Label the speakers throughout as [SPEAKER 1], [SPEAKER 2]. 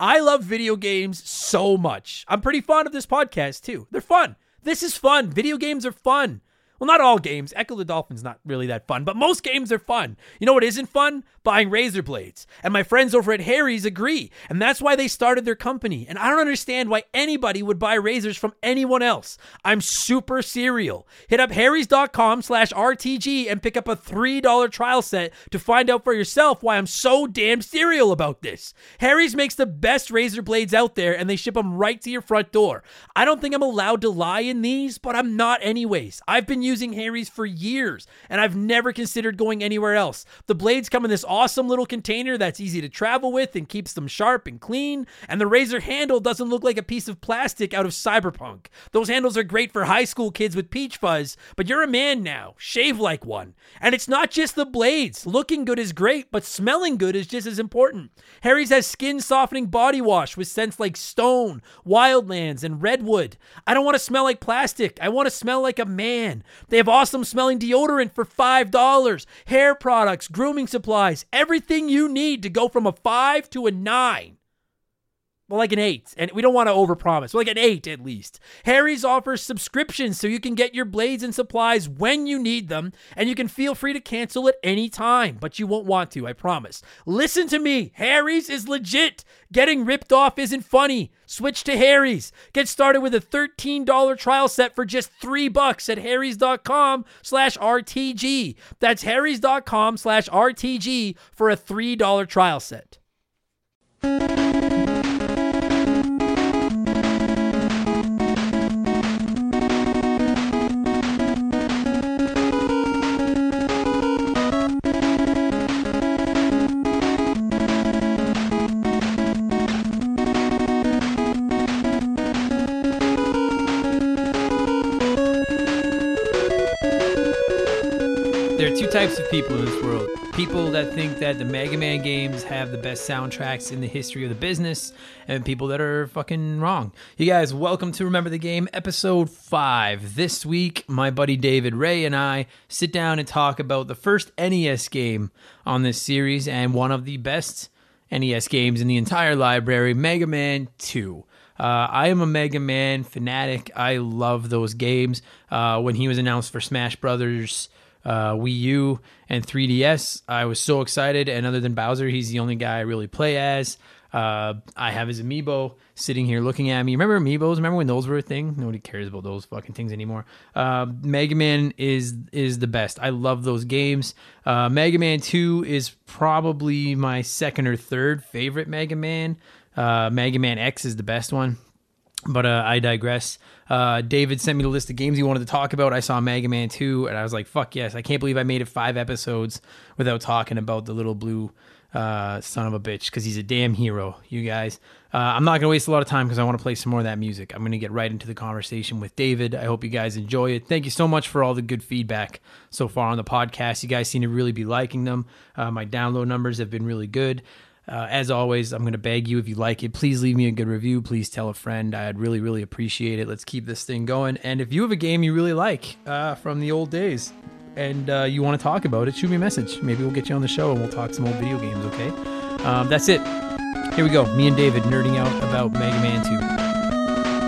[SPEAKER 1] I love video games so much. I'm pretty fond of this podcast too. They're fun. This is fun. Video games are fun. Well, not all games. Echo the Dolphin's not really that fun, but most games are fun. You know what isn't fun? Buying razor blades. And my friends over at Harry's agree. And that's why they started their company. And I don't understand why anybody would buy razors from anyone else. I'm super serial. Hit up harrys.com slash RTG and pick up a $3 trial set to find out for yourself why I'm so damn serial about this. Harry's makes the best razor blades out there and they ship them right to your front door. I don't think I'm allowed to lie in these, but I'm not anyways. I've been using Harry's for years and I've never considered going anywhere else. The blades come in this awesome little container that's easy to travel with and keeps them sharp and clean, and the razor handle doesn't look like a piece of plastic out of cyberpunk. Those handles are great for high school kids with peach fuzz, but you're a man now. Shave like one. And it's not just the blades. Looking good is great, but smelling good is just as important. Harry's has skin softening body wash with scents like stone, wildlands, and redwood. I don't want to smell like plastic. I want to smell like a man. They have awesome smelling deodorant for $5, hair products, grooming supplies, everything you need to go from a 5 to a 9. Well, like an eight, and we don't want to overpromise. Like an eight, at least. Harry's offers subscriptions so you can get your blades and supplies when you need them, and you can feel free to cancel at any time. But you won't want to, I promise. Listen to me. Harry's is legit. Getting ripped off isn't funny. Switch to Harry's. Get started with a $13 trial set for just three bucks at harrys.com slash RTG. That's harrys.com slash RTG for a $3 trial set.
[SPEAKER 2] There are two types of people in this world. People that think that the Mega Man games have the best soundtracks in the history of the business, and people that are fucking wrong. You guys, welcome to Remember the Game, episode 5. This week, my buddy David Ray and I sit down and talk about the first NES game on this series and one of the best NES games in the entire library, Mega Man 2. Uh, I am a Mega Man fanatic. I love those games. Uh, when he was announced for Smash Brothers, uh, Wii U, and 3DS, I was so excited. And other than Bowser, he's the only guy I really play as. Uh, I have his amiibo sitting here looking at me. Remember amiibos? Remember when those were a thing? Nobody cares about those fucking things anymore. Uh, Mega Man is is the best. I love those games. Uh, Mega Man Two is probably my second or third favorite Mega Man. Uh, Mega Man X is the best one. But uh, I digress. Uh, David sent me the list of games he wanted to talk about. I saw Mega Man 2, and I was like, fuck yes. I can't believe I made it five episodes without talking about the little blue uh, son of a bitch because he's a damn hero, you guys. Uh, I'm not going to waste a lot of time because I want to play some more of that music. I'm going to get right into the conversation with David. I hope you guys enjoy it. Thank you so much for all the good feedback so far on the podcast. You guys seem to really be liking them. Uh, my download numbers have been really good. Uh, as always, I'm going to beg you if you like it, please leave me a good review. Please tell a friend. I'd really, really appreciate it. Let's keep this thing going. And if you have a game you really like uh, from the old days and uh, you want to talk about it, shoot me a message. Maybe we'll get you on the show and we'll talk some old video games, okay? Um, that's it. Here we go. Me and David nerding out about Mega Man 2.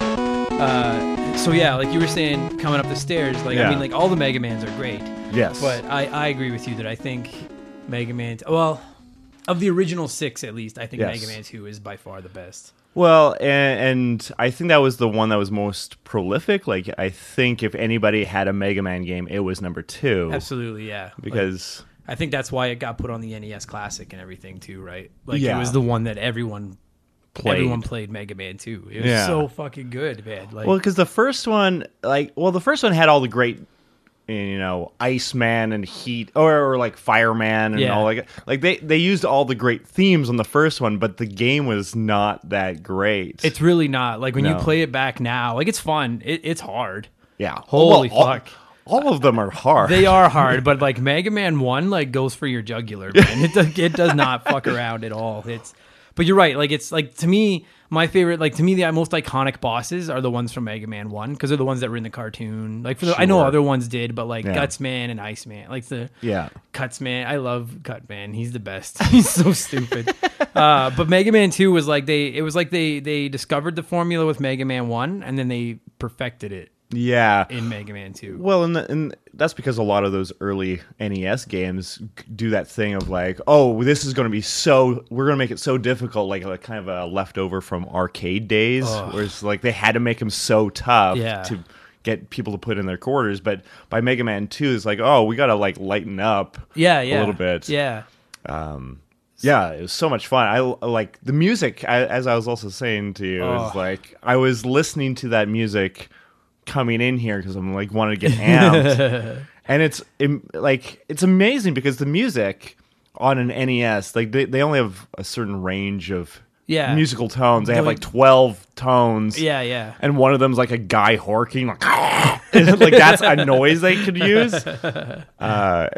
[SPEAKER 2] Uh, so yeah, like you were saying, coming up the stairs, like I
[SPEAKER 3] Yeah.
[SPEAKER 2] mean, like all the Mega Mans are great,
[SPEAKER 3] Yes.
[SPEAKER 2] but I, I agree with you that I think Mega Man, well, of the original six at least, I think
[SPEAKER 3] Yes.
[SPEAKER 2] Mega Man Two is by far the best.
[SPEAKER 3] well, and, and I think that was the one that was most prolific. Like, I think if anybody had a Mega Man game, it was number two.
[SPEAKER 2] Absolutely, yeah. Like,
[SPEAKER 3] Because
[SPEAKER 2] I think that's why it got put on the NES Classic and everything too, right? Like it
[SPEAKER 3] Yeah.
[SPEAKER 2] was the one that everyone
[SPEAKER 3] Played.
[SPEAKER 2] Everyone played Mega Man Two. It was
[SPEAKER 3] Yeah.
[SPEAKER 2] so fucking good, man. Like
[SPEAKER 3] well, because the first one, like, well, the first one had all the great, you know, Iceman and Heat, or, or like Fireman and
[SPEAKER 2] Yeah.
[SPEAKER 3] all like like they they used all the great themes on the first one, but the game was not that great.
[SPEAKER 2] it's really not like when you
[SPEAKER 3] No.
[SPEAKER 2] play it back now. Like it's fun. It, it's hard.
[SPEAKER 3] yeah,
[SPEAKER 2] Holy
[SPEAKER 3] Well, all-
[SPEAKER 2] fuck.
[SPEAKER 3] All, of them are hard.
[SPEAKER 2] They are hard, but like Mega Man One, like goes for your jugular, man. It does, it does not fuck around at all. It's
[SPEAKER 1] But you're right. Like it's like to me, my favorite, like to me, the most iconic bosses are the ones from Mega Man One because they're the ones that were in the cartoon. Like for the, I know
[SPEAKER 3] Sure.
[SPEAKER 1] other ones did, but like
[SPEAKER 3] Yeah.
[SPEAKER 1] Gutsman and Iceman, like the
[SPEAKER 3] Yeah.
[SPEAKER 1] Cutsman. I love Cutman. He's the best. He's so stupid. uh, but Mega Man Two was like they. It was like they they discovered the formula with Mega Man One, and then they perfected it
[SPEAKER 3] Yeah.
[SPEAKER 1] in Mega Man Two.
[SPEAKER 3] Well, and, and that's because a lot of those early NES games g- do that thing of like, oh, this is going to be so, we're going to make it so difficult, like, like kind of a leftover from arcade days, where it's like they had to make them so tough
[SPEAKER 1] Yeah.
[SPEAKER 3] to get people to put in their quarters. But by Mega Man Two, it's like, oh, we got to like lighten up.
[SPEAKER 1] Yeah, yeah,
[SPEAKER 3] little bit.
[SPEAKER 1] Yeah,
[SPEAKER 3] Yeah, it was so much fun. I like the music. I, as I was also saying to you, was like I was listening to that music coming in here because I'm like wanted to get amped, and it's im like it's amazing because the music on an NES, like they, they only have a certain range of
[SPEAKER 1] Yeah.
[SPEAKER 3] musical tones. They have
[SPEAKER 1] Like-
[SPEAKER 3] like twelve tones.
[SPEAKER 1] yeah, yeah.
[SPEAKER 3] And one of them's like a guy horking, like, like that's a noise they could use. Uh,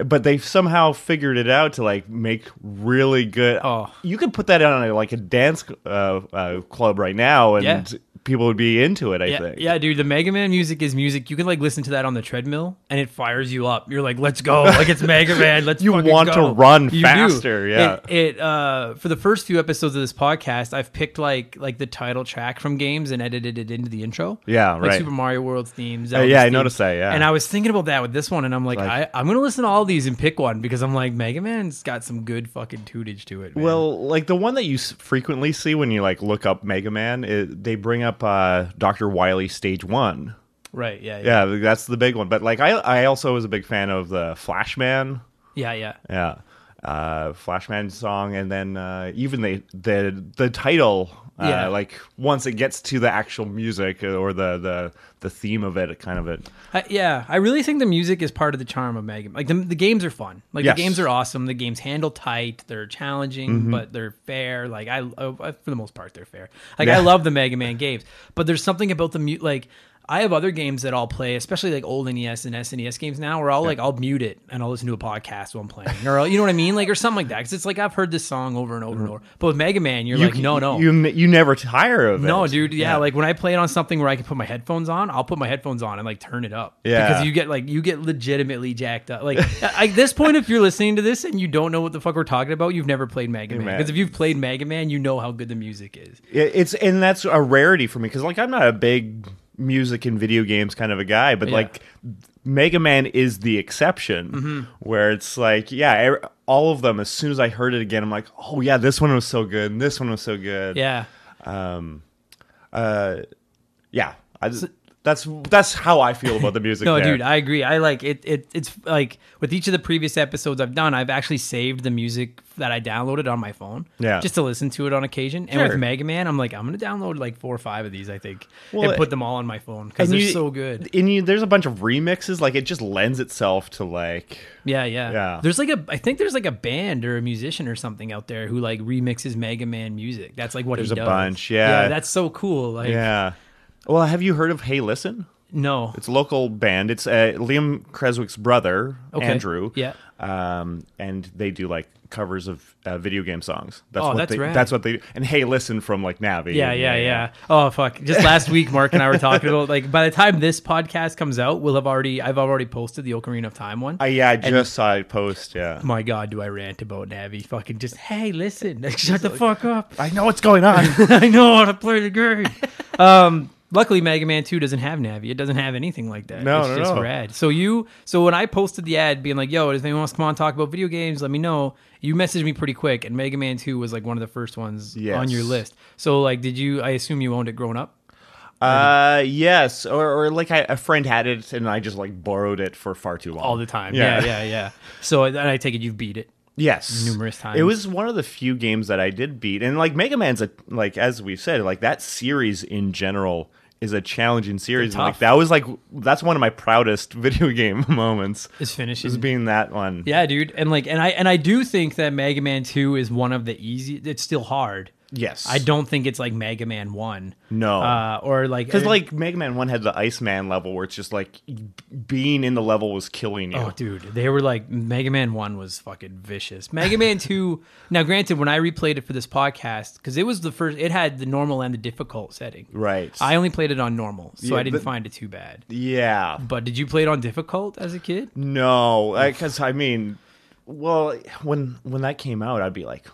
[SPEAKER 3] but they've somehow figured it out to like make really good.
[SPEAKER 1] Oh.
[SPEAKER 3] You could put that on a, like a dance uh, uh, club right now, and
[SPEAKER 1] Yeah.
[SPEAKER 3] people would be into it. I
[SPEAKER 1] Yeah,
[SPEAKER 3] think.
[SPEAKER 1] yeah, dude. The Mega Man music is music. You can like listen to that on the treadmill, and it fires you up. You're like, "Let's go!" Like it's Mega Man. Let's.
[SPEAKER 3] You
[SPEAKER 1] fucking
[SPEAKER 3] want to
[SPEAKER 1] go."
[SPEAKER 3] run
[SPEAKER 1] do.
[SPEAKER 3] faster, yeah.
[SPEAKER 1] It, it, uh, for the first few episodes of this podcast, I've picked like like the title track from games and edited it into the intro.
[SPEAKER 3] Yeah,
[SPEAKER 1] like
[SPEAKER 3] right.
[SPEAKER 1] Super Mario World themes.
[SPEAKER 3] Uh, yeah, I noticed that, yeah.
[SPEAKER 1] and I was thinking about that with this one, and I'm like, I, I'm gonna listen to all these and pick one because I'm like, Mega Man's got some good fucking tootage to it. man.
[SPEAKER 3] Well, like the one that you s- frequently see when you like look up Mega Man, it, they bring up uh, Doctor Wily Stage One.
[SPEAKER 1] right? Yeah, yeah,
[SPEAKER 3] Yeah, that's the big one. But like, I I also was a big fan of the Flashman.
[SPEAKER 1] yeah, yeah.
[SPEAKER 3] Yeah. Uh, Flashman song, and then uh, even the the the title, uh,
[SPEAKER 1] Yeah.
[SPEAKER 3] like once it gets to the actual music uh, or the the the theme of it, kind of it.
[SPEAKER 1] I, yeah, I really think the music is part of the charm of Mega. Like the, the games are fun. Like
[SPEAKER 3] Yes. Mm-hmm.
[SPEAKER 1] the games are awesome. The games handle tight. They're challenging, but they're fair. Like I, uh, I- for the most part, they're fair. Like I
[SPEAKER 3] Yeah.
[SPEAKER 1] love the Mega Man games, but there's something about the mute. Like I have other games that I'll play, especially like old NES and SNES games now, where I'll like I'll mute it and I'll listen to a podcast while I'm playing, or I'll- you know what I mean, like or something like that. Because it's like I've heard this song over and over and over. But with Mega Man, you're like,
[SPEAKER 3] Mm-hmm. You-
[SPEAKER 1] no, no,
[SPEAKER 3] you you never tire of it.
[SPEAKER 1] no, dude. Yeah, like when I play it on something where I can put my headphones on, I'll put my headphones on and like turn it up.
[SPEAKER 3] Yeah.
[SPEAKER 1] because you get like you get legitimately jacked up. Like at this point, if you're listening to this and you don't know what the fuck we're talking about, you've never played Mega Man.
[SPEAKER 3] man.
[SPEAKER 1] Because if you've played Mega Man, you know how good the music is.
[SPEAKER 3] It- it's and that's a rarity for me because like I'm not a big music and video games kind of a guy, but
[SPEAKER 1] Yeah.
[SPEAKER 3] like Mega Man is the exception
[SPEAKER 1] Mm-hmm.
[SPEAKER 3] where it's like yeah, er- all of them. As soon as I heard it again, I'm like, oh yeah, this one was so good, and this one was so good.
[SPEAKER 1] Yeah,
[SPEAKER 3] yeah I just, that's that's how i feel about the music
[SPEAKER 1] no,
[SPEAKER 3] there.
[SPEAKER 1] dude, I agree. I like it, it. It's like with each of the previous episodes I've done, I've actually saved the music that I downloaded on my phone,
[SPEAKER 3] Yeah.
[SPEAKER 1] just to listen to it on occasion. And with
[SPEAKER 3] Sure.
[SPEAKER 1] Mega Man, I'm like, I'm gonna download like four or five of these, I think,
[SPEAKER 3] Well,
[SPEAKER 1] and put them all on my phone because
[SPEAKER 3] And
[SPEAKER 1] they're
[SPEAKER 3] you-
[SPEAKER 1] so good.
[SPEAKER 3] and you there's a bunch of remixes like it just lends itself to like
[SPEAKER 1] Yeah, yeah,
[SPEAKER 3] Yeah.
[SPEAKER 1] There's like a, I think there's like a band or a musician or something out there who like remixes Mega Man music. That's like what
[SPEAKER 3] There's
[SPEAKER 1] he
[SPEAKER 3] a
[SPEAKER 1] does.
[SPEAKER 3] bunch, yeah.
[SPEAKER 1] that's so cool. Like,
[SPEAKER 3] yeah well have you heard of hey listen
[SPEAKER 1] no,
[SPEAKER 3] it's a local band it's uh, liam creswick's brother
[SPEAKER 1] Okay.
[SPEAKER 3] andrew
[SPEAKER 1] Yeah.
[SPEAKER 3] um and they do like covers of uh, video game songs that's
[SPEAKER 1] Oh,
[SPEAKER 3] what
[SPEAKER 1] that's
[SPEAKER 3] they
[SPEAKER 1] rad.
[SPEAKER 3] that's what they and hey listen from like navi
[SPEAKER 1] yeah, yeah, yeah. Oh fuck! Just last week, Mark and I were talking about like by the time this podcast comes out, we'll have already, I've already posted the Ocarina of Time one.
[SPEAKER 3] I, Uh, yeah, I just saw it post. Yeah,
[SPEAKER 1] My God, do I rant about Navi? Fucking just hey, listen, like, shut the fuck up.
[SPEAKER 3] I know what's going on.
[SPEAKER 1] I know how to play the game. um, luckily, Mega Man Two doesn't have Navi. It doesn't have anything like that.
[SPEAKER 3] No,
[SPEAKER 1] it's
[SPEAKER 3] no,
[SPEAKER 1] just
[SPEAKER 3] no.
[SPEAKER 1] rad. So you, so when I posted the ad, being like, "Yo, if anyone wants to come on and talk about video games, let me know." You messaged me pretty quick, and Mega Man Two was like one of the first ones
[SPEAKER 3] Yes.
[SPEAKER 1] on your list. So like, did you? I assume you owned it growing up.
[SPEAKER 3] Uh, yes, or, or like I, a friend had it, and I just like borrowed it for far too long.
[SPEAKER 1] All the time, yeah,
[SPEAKER 3] Yeah.
[SPEAKER 1] yeah, yeah. So and I take it you've beat it.
[SPEAKER 3] Yes,
[SPEAKER 1] numerous times.
[SPEAKER 3] It was one of the few games that I did beat, and like Mega Man's a like as we've said, like that series in general is a challenging series.
[SPEAKER 1] They're
[SPEAKER 3] And, like
[SPEAKER 1] tough.
[SPEAKER 3] that was like that's one of my proudest video game moments.
[SPEAKER 1] Is finishing.
[SPEAKER 3] Is being that one.
[SPEAKER 1] Yeah, dude, and like, and I and I do think that Mega Man Two is one of the easy. It's still hard,
[SPEAKER 3] Yes.
[SPEAKER 1] I don't think it's like Mega Man One.
[SPEAKER 3] No.
[SPEAKER 1] Uh, or like
[SPEAKER 3] Because Oh. like Mega Man One had the Iceman level where it's just like b- being in the level was killing you.
[SPEAKER 1] Oh, dude, they were like Mega Man One was fucking vicious. Mega Man Two. Now, granted, when I replayed it for this podcast, because it was the first, it had the normal and the difficult setting.
[SPEAKER 3] Right.
[SPEAKER 1] I only played it on normal, so
[SPEAKER 3] Yeah,
[SPEAKER 1] I didn't
[SPEAKER 3] but-
[SPEAKER 1] find it too bad.
[SPEAKER 3] yeah.
[SPEAKER 1] But did you play it on difficult as a kid?
[SPEAKER 3] No, because I mean, well, when when that came out, I'd be like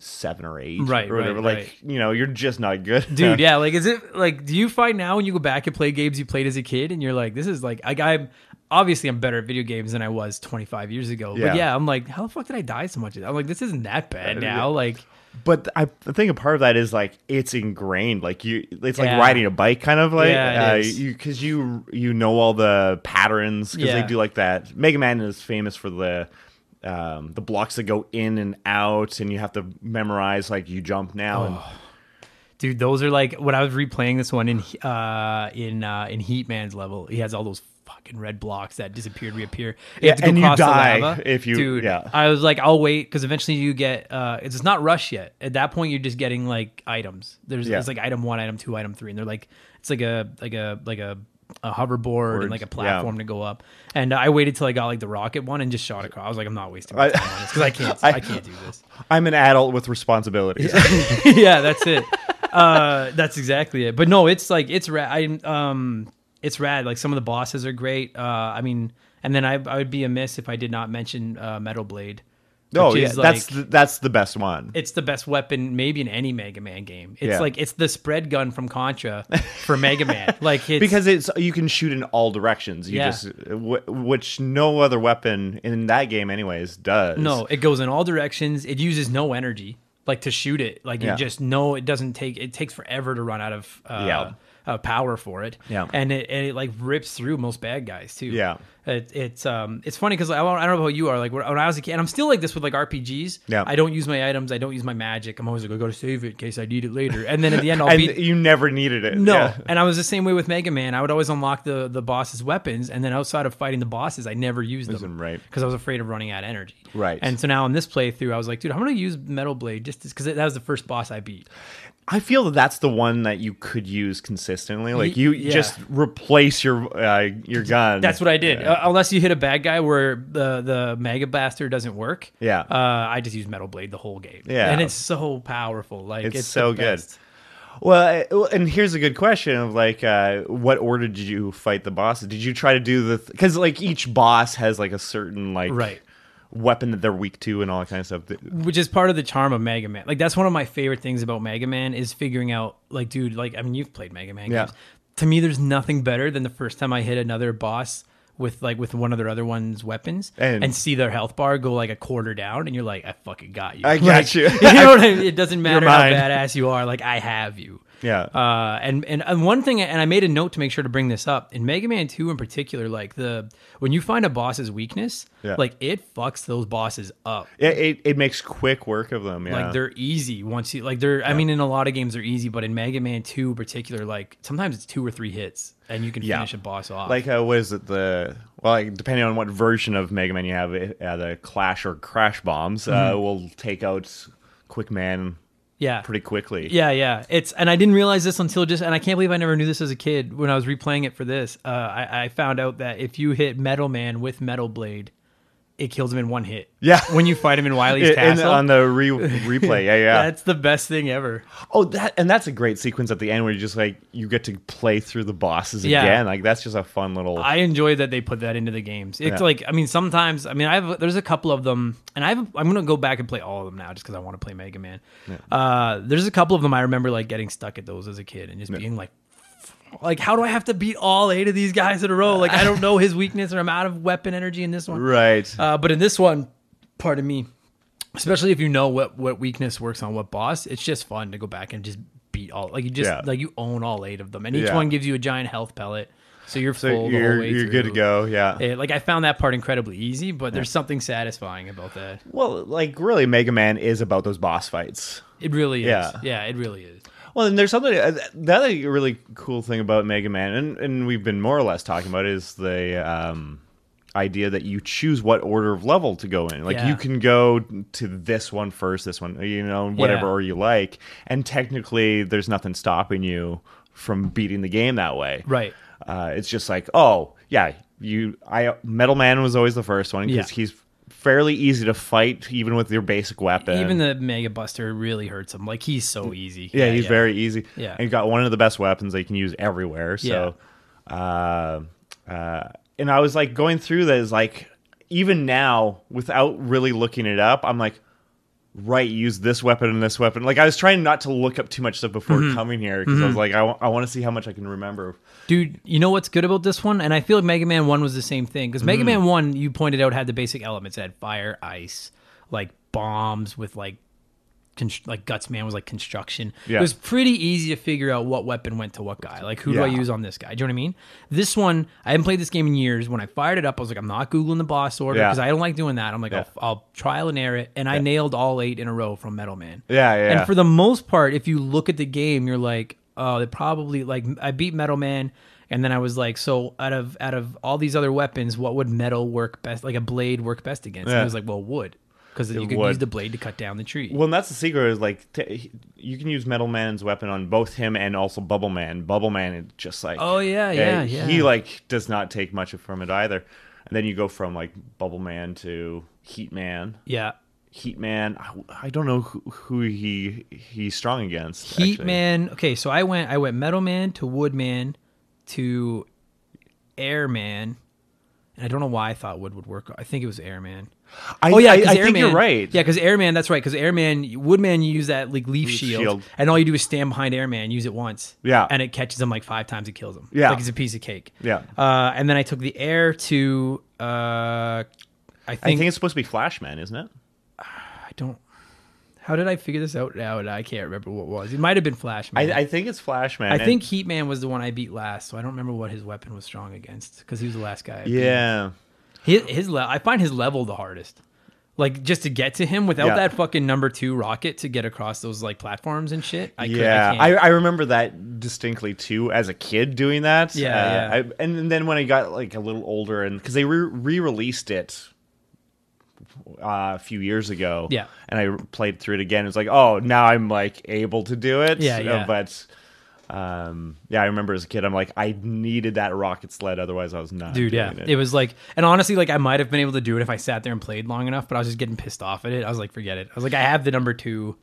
[SPEAKER 3] seven or eight,
[SPEAKER 1] Right,
[SPEAKER 3] Or whatever.
[SPEAKER 1] right,
[SPEAKER 3] like
[SPEAKER 1] right.
[SPEAKER 3] you know, you're just not good,
[SPEAKER 1] Dude, yeah, like is it like do you find now when you go back and play games you played as a kid and you're like, this is like I, I'm obviously I'm better at video games than I was 25 years ago.
[SPEAKER 3] Yeah. Uh,
[SPEAKER 1] But yeah, I'm like, how the fuck did I die so much? I'm like, this isn't that bad now. Like,
[SPEAKER 3] But I think a part of that is like it's ingrained, like you, it's like
[SPEAKER 1] Yeah.
[SPEAKER 3] riding a bike, kind of like
[SPEAKER 1] Yeah, it
[SPEAKER 3] uh,
[SPEAKER 1] is.
[SPEAKER 3] you because you you know all the patterns because
[SPEAKER 1] Yeah.
[SPEAKER 3] they do like that. Mega Man is famous for the. Um, the blocks that go in and out, and you have to memorize like you jump now. And
[SPEAKER 1] Oh. dude, those are like when I was replaying this one in uh in uh in Heat Man's level, he has all those fucking red blocks that disappear and reappear. You have to go
[SPEAKER 3] and you
[SPEAKER 1] across the
[SPEAKER 3] die
[SPEAKER 1] lava.
[SPEAKER 3] if you-
[SPEAKER 1] dude,
[SPEAKER 3] yeah.
[SPEAKER 1] I was like, I'll wait because eventually you get uh it's, it's not rush yet. At that point you're just getting like items. There's
[SPEAKER 3] Yeah.
[SPEAKER 1] it's like item one, item two, item three, and they're like it's like a like a like a a hoverboard and like a
[SPEAKER 3] yeah.
[SPEAKER 1] platform to go up, and I waited till I got like the rocket one and just shot across. I was like, I'm not wasting my
[SPEAKER 3] I-
[SPEAKER 1] time on this because I can't,
[SPEAKER 3] I-
[SPEAKER 1] I can't do this
[SPEAKER 3] I'm an adult with responsibilities.
[SPEAKER 1] yeah, that's it. Uh, that's exactly it. But no, it's like it's rad. I um, it's rad. Like some of the bosses are great. Uh, I mean, and then I I would be amiss if I did not mention uh, Metal Blade.
[SPEAKER 3] oh
[SPEAKER 1] which
[SPEAKER 3] yeah,
[SPEAKER 1] is,
[SPEAKER 3] that's
[SPEAKER 1] like-
[SPEAKER 3] the, that's the best one.
[SPEAKER 1] it's the best weapon maybe in any Mega Man game. It's
[SPEAKER 3] Yeah.
[SPEAKER 1] like it's the spread gun from Contra for Mega Man. Like it's,
[SPEAKER 3] because it's you can shoot in all directions. You
[SPEAKER 1] Yeah.
[SPEAKER 3] just w- which no other weapon in that game, anyways, does.
[SPEAKER 1] No, it goes in all directions. It uses no energy, like to shoot it. Like
[SPEAKER 3] Yeah.
[SPEAKER 1] you just know it doesn't take. It takes forever to run out of uh,
[SPEAKER 3] Yeah.
[SPEAKER 1] uh, power for it.
[SPEAKER 3] Yeah.
[SPEAKER 1] and it and it like rips through most bad guys too.
[SPEAKER 3] Yeah.
[SPEAKER 1] it, it's um it's funny because I don't, I don't know about you are like when I was a kid and I'm still like this with like RPGs.
[SPEAKER 3] Yeah.
[SPEAKER 1] I don't use my items. I don't use my magic. I'm always like I got to save it in case I need it later. And then at the end I'll
[SPEAKER 3] and
[SPEAKER 1] beat
[SPEAKER 3] you never needed it.
[SPEAKER 1] no,
[SPEAKER 3] Yeah.
[SPEAKER 1] and I was the same way with Mega Man. I would always unlock the the boss's weapons, and then outside of fighting the bosses, I never used them,
[SPEAKER 3] them, right.
[SPEAKER 1] Because I was afraid of running out of energy,
[SPEAKER 3] Right.
[SPEAKER 1] And so now in this playthrough, I was like, dude, I'm gonna use Metal Blade just because that was the first boss I beat.
[SPEAKER 3] I feel that that's the one that you could use consistently. Like you
[SPEAKER 1] yeah.
[SPEAKER 3] just replace your uh, your gun.
[SPEAKER 1] That's what I did.
[SPEAKER 3] Yeah.
[SPEAKER 1] Uh, unless you hit a bad guy where the the Mega Blaster doesn't work,
[SPEAKER 3] Yeah.
[SPEAKER 1] Uh, I just used Metal Blade the whole game,
[SPEAKER 3] Yeah.
[SPEAKER 1] and it's so powerful, like it's,
[SPEAKER 3] It's
[SPEAKER 1] the
[SPEAKER 3] so good.
[SPEAKER 1] best.
[SPEAKER 3] Well, I- well, and here's a good question of like, uh, what order did you fight the bosses? Did you try to do the because like each boss has like a certain like
[SPEAKER 1] Right.
[SPEAKER 3] weapon that they're weak to and all that kind of stuff.
[SPEAKER 1] which is part of the charm of Mega Man. Like that's one of my favorite things about Mega Man is figuring out like dude, like I mean you've played Mega Man
[SPEAKER 3] Yeah.
[SPEAKER 1] games. To me there's nothing better than the first time I hit another boss with like with one of their other one's weapons and,
[SPEAKER 3] And-
[SPEAKER 1] see their health bar go like a quarter down and you're like I fucking got you.
[SPEAKER 3] I
[SPEAKER 1] Like,
[SPEAKER 3] got you.
[SPEAKER 1] know what I mean? It doesn't matter how
[SPEAKER 3] mine.
[SPEAKER 1] badass you are, like I have you.
[SPEAKER 3] Yeah.
[SPEAKER 1] Uh, and, and and one thing, and I made a note to make sure to bring this up in Mega Man Two in particular. Like the when you find a boss's weakness,
[SPEAKER 3] Yeah.
[SPEAKER 1] like it fucks those bosses up.
[SPEAKER 3] It, it, it makes quick work of them. Yeah.
[SPEAKER 1] Like they're easy once you like they're. I mean, in a lot of games they're easy, but in Mega Man Two in particular, like sometimes it's two or three hits and you can
[SPEAKER 3] Yeah.
[SPEAKER 1] finish a boss off.
[SPEAKER 3] like uh, what is it the well like, depending on what version of mega man you have it, uh, the clash or crash bombs
[SPEAKER 1] Mm-hmm.
[SPEAKER 3] uh, will take out quick man
[SPEAKER 1] yeah,
[SPEAKER 3] pretty quickly
[SPEAKER 1] yeah, yeah. It's and I didn't realize this until just and I can't believe I never knew this as a kid when I was replaying it for this. Uh, I, I found out that if you hit Metal Man with Metal Blade, it kills him in one hit.
[SPEAKER 3] Yeah.
[SPEAKER 1] when you fight him in Wily's
[SPEAKER 3] I- in-
[SPEAKER 1] castle.
[SPEAKER 3] on the re- replay yeah yeah
[SPEAKER 1] That's the best thing ever.
[SPEAKER 3] oh that and that's a great sequence at the end where you just like you get to play through the bosses
[SPEAKER 1] Yeah.
[SPEAKER 3] again like that's just a fun little
[SPEAKER 1] I enjoy that they put that into the games. It's
[SPEAKER 3] Yeah.
[SPEAKER 1] like I mean, sometimes I mean, I have there's a couple of them, and I have I'm gonna go back and play all of them now just because I want to play Mega Man. Uh, there's a couple of them I remember like getting stuck at those as a kid and just being like, like how do I have to beat all eight of these guys in a row? Like I don't know his weakness, or I'm out of weapon energy in this one.
[SPEAKER 3] right
[SPEAKER 1] Uh, but in this one, pardon me, especially if you know what what weakness works on what boss, it's just fun to go back and just beat all like you just
[SPEAKER 3] Yeah.
[SPEAKER 1] like you own all eight of them, and each
[SPEAKER 3] Yeah.
[SPEAKER 1] one gives you a giant health pellet, so you're full.
[SPEAKER 3] so
[SPEAKER 1] the whole
[SPEAKER 3] you're,
[SPEAKER 1] way
[SPEAKER 3] you're good to
[SPEAKER 1] through.
[SPEAKER 3] go yeah
[SPEAKER 1] Eh, like I found that part incredibly easy, but there's something satisfying about that.
[SPEAKER 3] well like really mega man is about those boss fights
[SPEAKER 1] It really is. Yeah,
[SPEAKER 3] Yeah.
[SPEAKER 1] it really is.
[SPEAKER 3] Well, and there's something uh, the other really cool thing about Mega Man, and, and we've been more or less talking about it, is the um, idea that you choose what order of level to go in. Like
[SPEAKER 1] Yeah.
[SPEAKER 3] you can go to this one first, this one, you know, whatever
[SPEAKER 1] Yeah.
[SPEAKER 3] order you like, and technically there's nothing stopping you from beating the game that way.
[SPEAKER 1] Right.
[SPEAKER 3] Uh, it's just like, oh yeah, you. I Metal Man was always the first one because
[SPEAKER 1] Yeah.
[SPEAKER 3] he's fairly easy to fight, even with your basic weapon.
[SPEAKER 1] Even the Mega Buster really hurts him. Like he's so easy.
[SPEAKER 3] yeah, he's very easy.
[SPEAKER 1] Yeah.
[SPEAKER 3] and he's got one of the best weapons that you can use everywhere. So, uh, uh, and I was like going through this, like even now without really looking it up, I'm like. Right, use this weapon and this weapon. Like I was trying not to look up too much stuff before
[SPEAKER 1] Mm-hmm.
[SPEAKER 3] coming here because I was like, I want to see how much I can remember.
[SPEAKER 1] Dude, you know what's good about this one? And I feel like Mega Man 1 was the same thing. Because
[SPEAKER 3] Mm.
[SPEAKER 1] Mega Man 1, you pointed out, had the basic elements. It had fire, ice, like bombs with like. Const- like Guts Man was like construction.
[SPEAKER 3] Yeah.
[SPEAKER 1] It was pretty easy to figure out what weapon went to what guy. Like, who do I
[SPEAKER 3] Yeah.
[SPEAKER 1] use on this guy? Do you know what I mean? This one, I haven't played this game in years. When I fired it up, I was like, I'm not Googling the boss order
[SPEAKER 3] Yeah.
[SPEAKER 1] because I don't like doing that. I'm like,
[SPEAKER 3] Yeah.
[SPEAKER 1] I'll, I'll trial and error it. And I nailed all eight in a row from Metal Man.
[SPEAKER 3] Yeah, yeah.
[SPEAKER 1] And for the most part, if you look at the game, you're like, oh, they probably like I beat Metal Man, and then I was like, so out of out of all these other weapons, what would metal work best? Like a blade work best against? And I
[SPEAKER 3] Yeah.
[SPEAKER 1] was like, well, wood, because you could
[SPEAKER 3] would.
[SPEAKER 1] use the blade to cut down the tree.
[SPEAKER 3] Well, and that's the secret. Is like t- he- you can use Metal Man's weapon on both him and also Bubble Man. Bubble Man is just like
[SPEAKER 1] Oh, yeah,
[SPEAKER 3] uh,
[SPEAKER 1] yeah, yeah.
[SPEAKER 3] He like does not take much from it either. And then you go from like Bubble Man to Heat Man.
[SPEAKER 1] yeah,
[SPEAKER 3] Heat Man. I, I don't know who, who he he's strong against.
[SPEAKER 1] Heat
[SPEAKER 3] actually.
[SPEAKER 1] Man. Okay, so I went I went Metal Man to Wood Man to Air Man. And I don't know why I thought wood would work. I think it was Airman.
[SPEAKER 3] I,
[SPEAKER 1] Oh yeah,
[SPEAKER 3] I,
[SPEAKER 1] 'cause
[SPEAKER 3] I think
[SPEAKER 1] Airman-
[SPEAKER 3] you're right.
[SPEAKER 1] Yeah, because Airman, that's right. Because Airman, Woodman, you use that like leaf, shield,
[SPEAKER 3] shield.
[SPEAKER 1] and all you do is stand behind Airman, use it once.
[SPEAKER 3] Yeah.
[SPEAKER 1] and it catches him like five times, it kills him.
[SPEAKER 3] Yeah.
[SPEAKER 1] like it's a piece of cake.
[SPEAKER 3] Yeah.
[SPEAKER 1] uh, and then I took the air to. Uh, I think
[SPEAKER 3] I
[SPEAKER 1] I,
[SPEAKER 3] think it's supposed to be Flash Man, isn't it?
[SPEAKER 1] don't. How did I figure this out now? And I can't remember what it was. It might have been Flash Man.
[SPEAKER 3] I, I think it's Flash Man.
[SPEAKER 1] I
[SPEAKER 3] and-
[SPEAKER 1] think Heat Man was the one I beat last, so I don't remember what his weapon was strong against because he was the last guy. I beat.
[SPEAKER 3] Yeah.
[SPEAKER 1] His, his le- I find his level the hardest. Like just to get to him without
[SPEAKER 3] Yeah.
[SPEAKER 1] that fucking number two rocket to get across those like platforms and shit. I could,
[SPEAKER 3] yeah,
[SPEAKER 1] I,
[SPEAKER 3] I,
[SPEAKER 1] can't.
[SPEAKER 3] I, remember that distinctly too as a kid doing that.
[SPEAKER 1] Yeah,
[SPEAKER 3] Uh,
[SPEAKER 1] yeah.
[SPEAKER 3] I, and then when I got like a little older, and because they re- re-released it uh, a few years ago,
[SPEAKER 1] Yeah.
[SPEAKER 3] and I played through it again. It's like, oh, now I'm like able to do it.
[SPEAKER 1] Yeah,
[SPEAKER 3] Uh,
[SPEAKER 1] yeah.
[SPEAKER 3] but um, yeah, I remember as a kid, I'm like, I needed that rocket sled, otherwise I was not.
[SPEAKER 1] dude. Yeah,
[SPEAKER 3] doing
[SPEAKER 1] it. was like, and honestly, like I might have been able to do it if I sat there and played long enough. But I was just getting pissed off at it. I was like, forget it. I was like, I have the number two.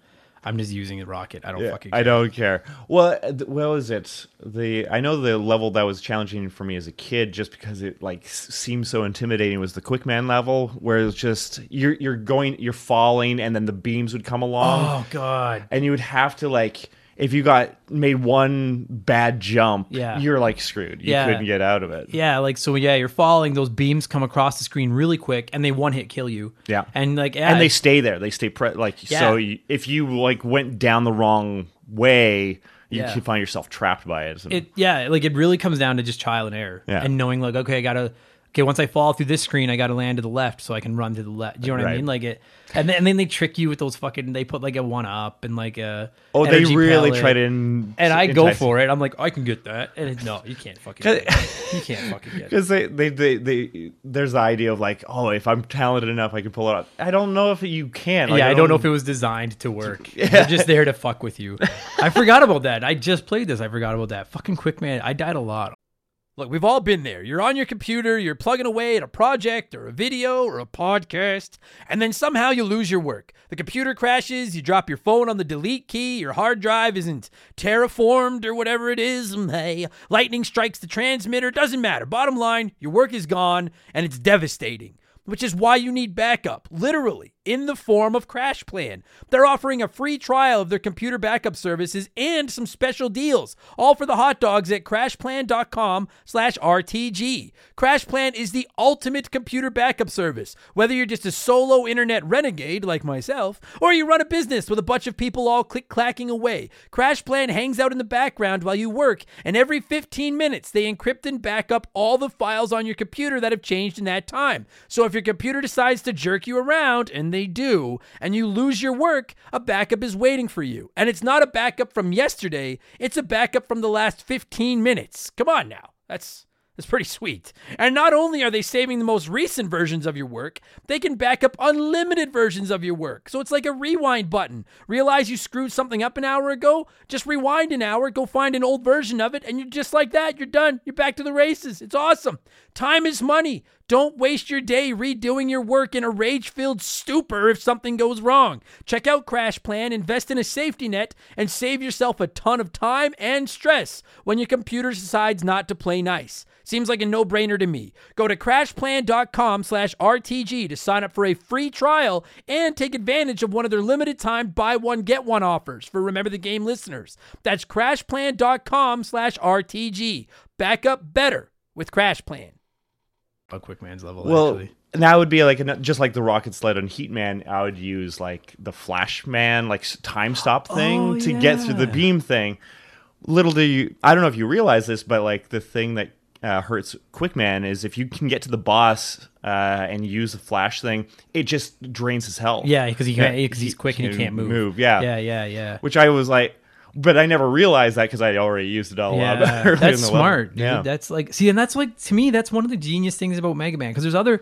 [SPEAKER 1] I'm just using the rocket. I don't
[SPEAKER 3] Yeah,
[SPEAKER 1] fucking. Care.
[SPEAKER 3] I don't care. Well, uh, th- what was it? The I know the level that was challenging for me as a kid, just because it like s- seemed so intimidating, was the quick man level, where it's just you're you're going, you're falling, and then the beams would come along,
[SPEAKER 1] Oh god.
[SPEAKER 3] and you would have to like if you got made one bad jump,
[SPEAKER 1] Yeah.
[SPEAKER 3] you're like screwed. You
[SPEAKER 1] Yeah.
[SPEAKER 3] couldn't get out of it.
[SPEAKER 1] Yeah, like so. Yeah, you're falling. Those beams come across the screen really quick, and they one hit kill you.
[SPEAKER 3] Yeah.
[SPEAKER 1] and like, yeah,
[SPEAKER 3] and they
[SPEAKER 1] it's-
[SPEAKER 3] stay there. They stay pre- like
[SPEAKER 1] Yeah.
[SPEAKER 3] so. You, if you like went down the wrong way, you
[SPEAKER 1] Yeah.
[SPEAKER 3] could find yourself trapped by it. And-
[SPEAKER 1] it yeah like it really comes down to just trial and error
[SPEAKER 3] Yeah.
[SPEAKER 1] and knowing like okay i gotta okay once i fall through this screen i gotta land to the left so i can run to the left do you know what i
[SPEAKER 3] Right.
[SPEAKER 1] mean like it and then, and then they trick you with those fucking they put like a one up and like a
[SPEAKER 3] Oh, they
[SPEAKER 1] energy
[SPEAKER 3] really
[SPEAKER 1] pellet.
[SPEAKER 3] tried to. en-
[SPEAKER 1] and i go
[SPEAKER 3] entice-
[SPEAKER 1] for it i'm like "Oh, i can get that and it, no you can't fucking get it. you can't fucking get it
[SPEAKER 3] Because they, they, they, they, there's the idea of like, oh, if I'm talented enough, I can pull it off. I don't know if you can. Like,
[SPEAKER 1] yeah, I don't know if it was designed to work. They're just there to fuck with you. I forgot about that. I just played this. I forgot about that. Fucking quick man. I died a lot.
[SPEAKER 4] Look, we've all been there. You're on your computer, you're plugging away at a project or a video or a podcast, and then somehow you lose your work. The computer crashes, you drop your phone on the delete key, your hard drive isn't terraformed or whatever it is. mm, Hey, lightning strikes the transmitter, doesn't matter. Bottom line, your work is gone and it's devastating which is why you need backup, literally, in the form of Crash Plan. They're offering a free trial of their computer backup services and some special deals, all for the hot dogs at crashplan.com slash RTG. Crash Plan is the ultimate computer backup service, whether you're just a solo internet renegade like myself, or you run a business with a bunch of people all click-clacking away. Crash Plan hangs out in the background while you work, and every 15 minutes they encrypt and back up all the files on your computer that have changed in that time. So if your computer decides to jerk you around, and they do, and you lose your work, a backup is waiting for you. And it's not a backup from yesterday, it's a backup from the last 15 minutes. Come on now. That's
[SPEAKER 1] It's pretty sweet. And not only are they saving the most recent versions of your work, they can back up unlimited versions of your work. So it's like a rewind button. Realize you screwed something up an hour ago? Just rewind an hour, go find an old version of it, and you're just like that. You're done. You're back to the races. It's awesome. Time is money. Don't waste your day redoing your work in a rage filled stupor if something goes wrong. Check out Crash Plan, invest in a safety net, and save yourself a ton of time and stress when your computer decides not to play nice. Seems like a no-brainer to me. Go to crashplan.com slash RTG to sign up for a free trial and take advantage of one of their limited time buy one get one offers for Remember the Game listeners. That's crashplan.com slash RTG. Back up better with Crash Plan.
[SPEAKER 2] A quick man's level.
[SPEAKER 3] Well,
[SPEAKER 2] actually.
[SPEAKER 3] and that would be like an, just like the rocket sled on Heat Man. I would use like the Flash Man, like s- time stop thing
[SPEAKER 2] Oh,
[SPEAKER 3] to get through the
[SPEAKER 2] yeah.
[SPEAKER 3] beam thing. Little do you, I don't know if you realize this, but like the thing that uh, hurts Quick Man is if you can get to the boss uh, and use the Flash thing, it just drains his health.
[SPEAKER 2] Yeah, because he can't
[SPEAKER 3] Yeah,
[SPEAKER 2] because he's quick and he can't move.
[SPEAKER 3] yeah.
[SPEAKER 2] yeah, yeah, yeah.
[SPEAKER 3] Which I was like, but I never realized that because I already used it all up.
[SPEAKER 2] yeah,
[SPEAKER 3] early
[SPEAKER 2] that's
[SPEAKER 3] in the level.
[SPEAKER 2] smart. Dude.
[SPEAKER 3] Yeah,
[SPEAKER 2] that's like see, and that's like to me, that's one of the genius things about Mega Man because there's other.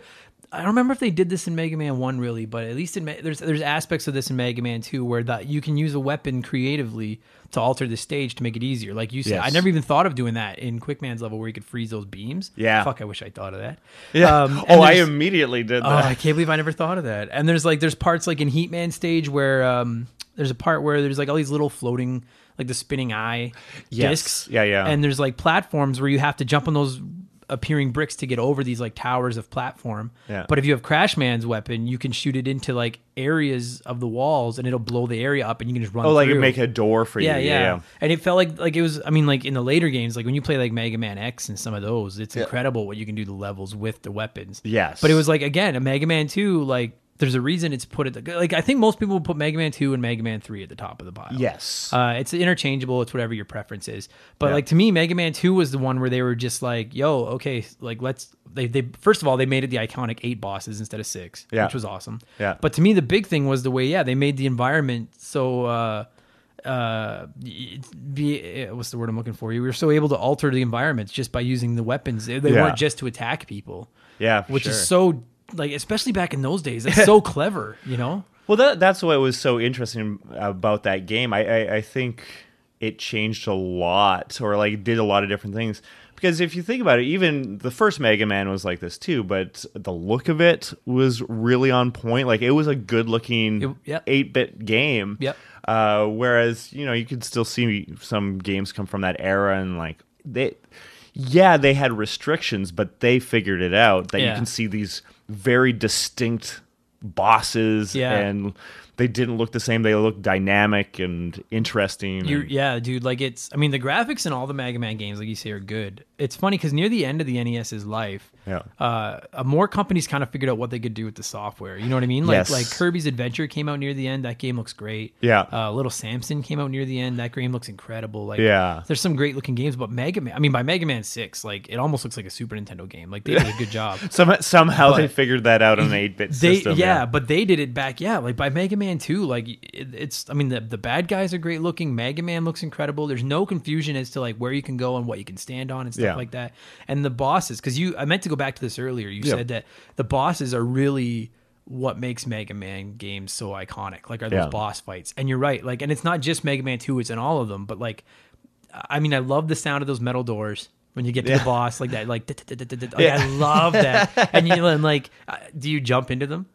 [SPEAKER 2] I don't remember if they did this in Mega Man One really, but at least in Ma- there's there's aspects of this in Mega Man Two where that you can use a weapon creatively to alter the stage to make it easier. Like you said, I
[SPEAKER 3] Yes.
[SPEAKER 2] never even thought of doing that in Quick Man's level where you could freeze those beams.
[SPEAKER 3] Yeah.
[SPEAKER 2] fuck, I wish I thought of that.
[SPEAKER 3] yeah.
[SPEAKER 2] Um, and
[SPEAKER 3] oh, I
[SPEAKER 2] there's-
[SPEAKER 3] immediately did
[SPEAKER 2] Oh,
[SPEAKER 3] that.
[SPEAKER 2] I can't believe I never thought of that. And there's like there's parts like in Heat Man stage where um there's a part where there's like all these little floating like the spinning eye
[SPEAKER 3] Yes.
[SPEAKER 2] discs.
[SPEAKER 3] Yeah, yeah.
[SPEAKER 2] And there's like platforms where you have to jump on those appearing bricks to get over these like towers of platform.
[SPEAKER 3] Yeah.
[SPEAKER 2] But if you have Crash Man's weapon, you can shoot it into like areas of the walls and it'll blow the area up and you can just run
[SPEAKER 3] Oh, like it
[SPEAKER 2] through.
[SPEAKER 3] make a door for
[SPEAKER 2] yeah,
[SPEAKER 3] you.
[SPEAKER 2] yeah, And it felt like like it was. I mean, like in the later games, like when you play like Mega Man X and some of those, it's incredible what you can do to levels with the weapons.
[SPEAKER 3] Yes.
[SPEAKER 2] but it was like again a Mega Man two. Like there's a reason it's put at the like I think most people would put Mega Man two and Mega Man three at the top of the pile.
[SPEAKER 3] Yes.
[SPEAKER 2] Uh, it's interchangeable. It's whatever your preference is. But
[SPEAKER 3] Yeah.
[SPEAKER 2] like to me, Mega Man Two was the one where they were just like, "Yo, okay, like let's." They they first of all they made it the iconic eight bosses instead of six,
[SPEAKER 3] Yeah.
[SPEAKER 2] which was awesome.
[SPEAKER 3] Yeah.
[SPEAKER 2] But to me, the big thing was the way yeah they made the environment so. uh uh y- be eh, what's the word i'm looking for you were so able to alter the environments just by using the weapons they, they
[SPEAKER 3] Yeah.
[SPEAKER 2] weren't just to attack people
[SPEAKER 3] yeah, for
[SPEAKER 2] which is
[SPEAKER 3] sure.
[SPEAKER 2] so like especially back in those days it's so clever you know
[SPEAKER 3] Well, that that's what was so interesting about that game. I, I I think it changed a lot, or like did a lot of different things. Because if you think about it, even the first Mega Man was like this too, but the look of it was really on point. Like it was a good
[SPEAKER 2] It-
[SPEAKER 3] looking
[SPEAKER 2] yep.
[SPEAKER 3] eight bit game.
[SPEAKER 2] Yep.
[SPEAKER 3] Uh, whereas you know you could still see some games come from that era and like they, yeah, they had restrictions, but they figured it out that
[SPEAKER 2] Yeah.
[SPEAKER 3] you can see these very distinct bosses
[SPEAKER 2] Yeah.
[SPEAKER 3] and they didn't look the same. They looked dynamic and interesting.
[SPEAKER 2] You,
[SPEAKER 3] and-
[SPEAKER 2] yeah, dude. Like it's. I mean, the graphics in all the Mega Man games, like you say, are good. It's funny because near the end of the NES's life,
[SPEAKER 3] Yeah.
[SPEAKER 2] uh, uh, more companies kind of figured out what they could do with the software. You know what I mean? Like
[SPEAKER 3] Yes.
[SPEAKER 2] like Kirby's Adventure came out near the end. That game looks great.
[SPEAKER 3] Yeah.
[SPEAKER 2] Uh, Little Samson came out near the end. That game looks incredible. Like
[SPEAKER 3] Yeah.
[SPEAKER 2] There's some great looking games, but Mega Man. I mean, by Mega Man Six, like it almost looks like a Super Nintendo game. Like they did a good job.
[SPEAKER 3] Some, somehow they
[SPEAKER 2] But-
[SPEAKER 3] figured that out on an eight bit
[SPEAKER 2] They
[SPEAKER 3] system.
[SPEAKER 2] yeah, but they did it back yeah, like by Mega Man 2, like it, it's I mean the the bad guys are great looking, Mega Man looks incredible. There's no confusion as to like where you can go and what you can stand on and stuff
[SPEAKER 3] Yeah.
[SPEAKER 2] like that. And the bosses cuz you I meant to go back to this earlier. You
[SPEAKER 3] Yeah.
[SPEAKER 2] said that the bosses are really what makes Mega Man games so iconic. Like are those
[SPEAKER 3] Yeah.
[SPEAKER 2] boss fights. And you're right. Like and it's not just Mega Man 2, it's in all of them, but like I mean I love the sound of those metal doors. When you get to the boss, like that, like, like I love that, and you and like, uh, do you jump into them?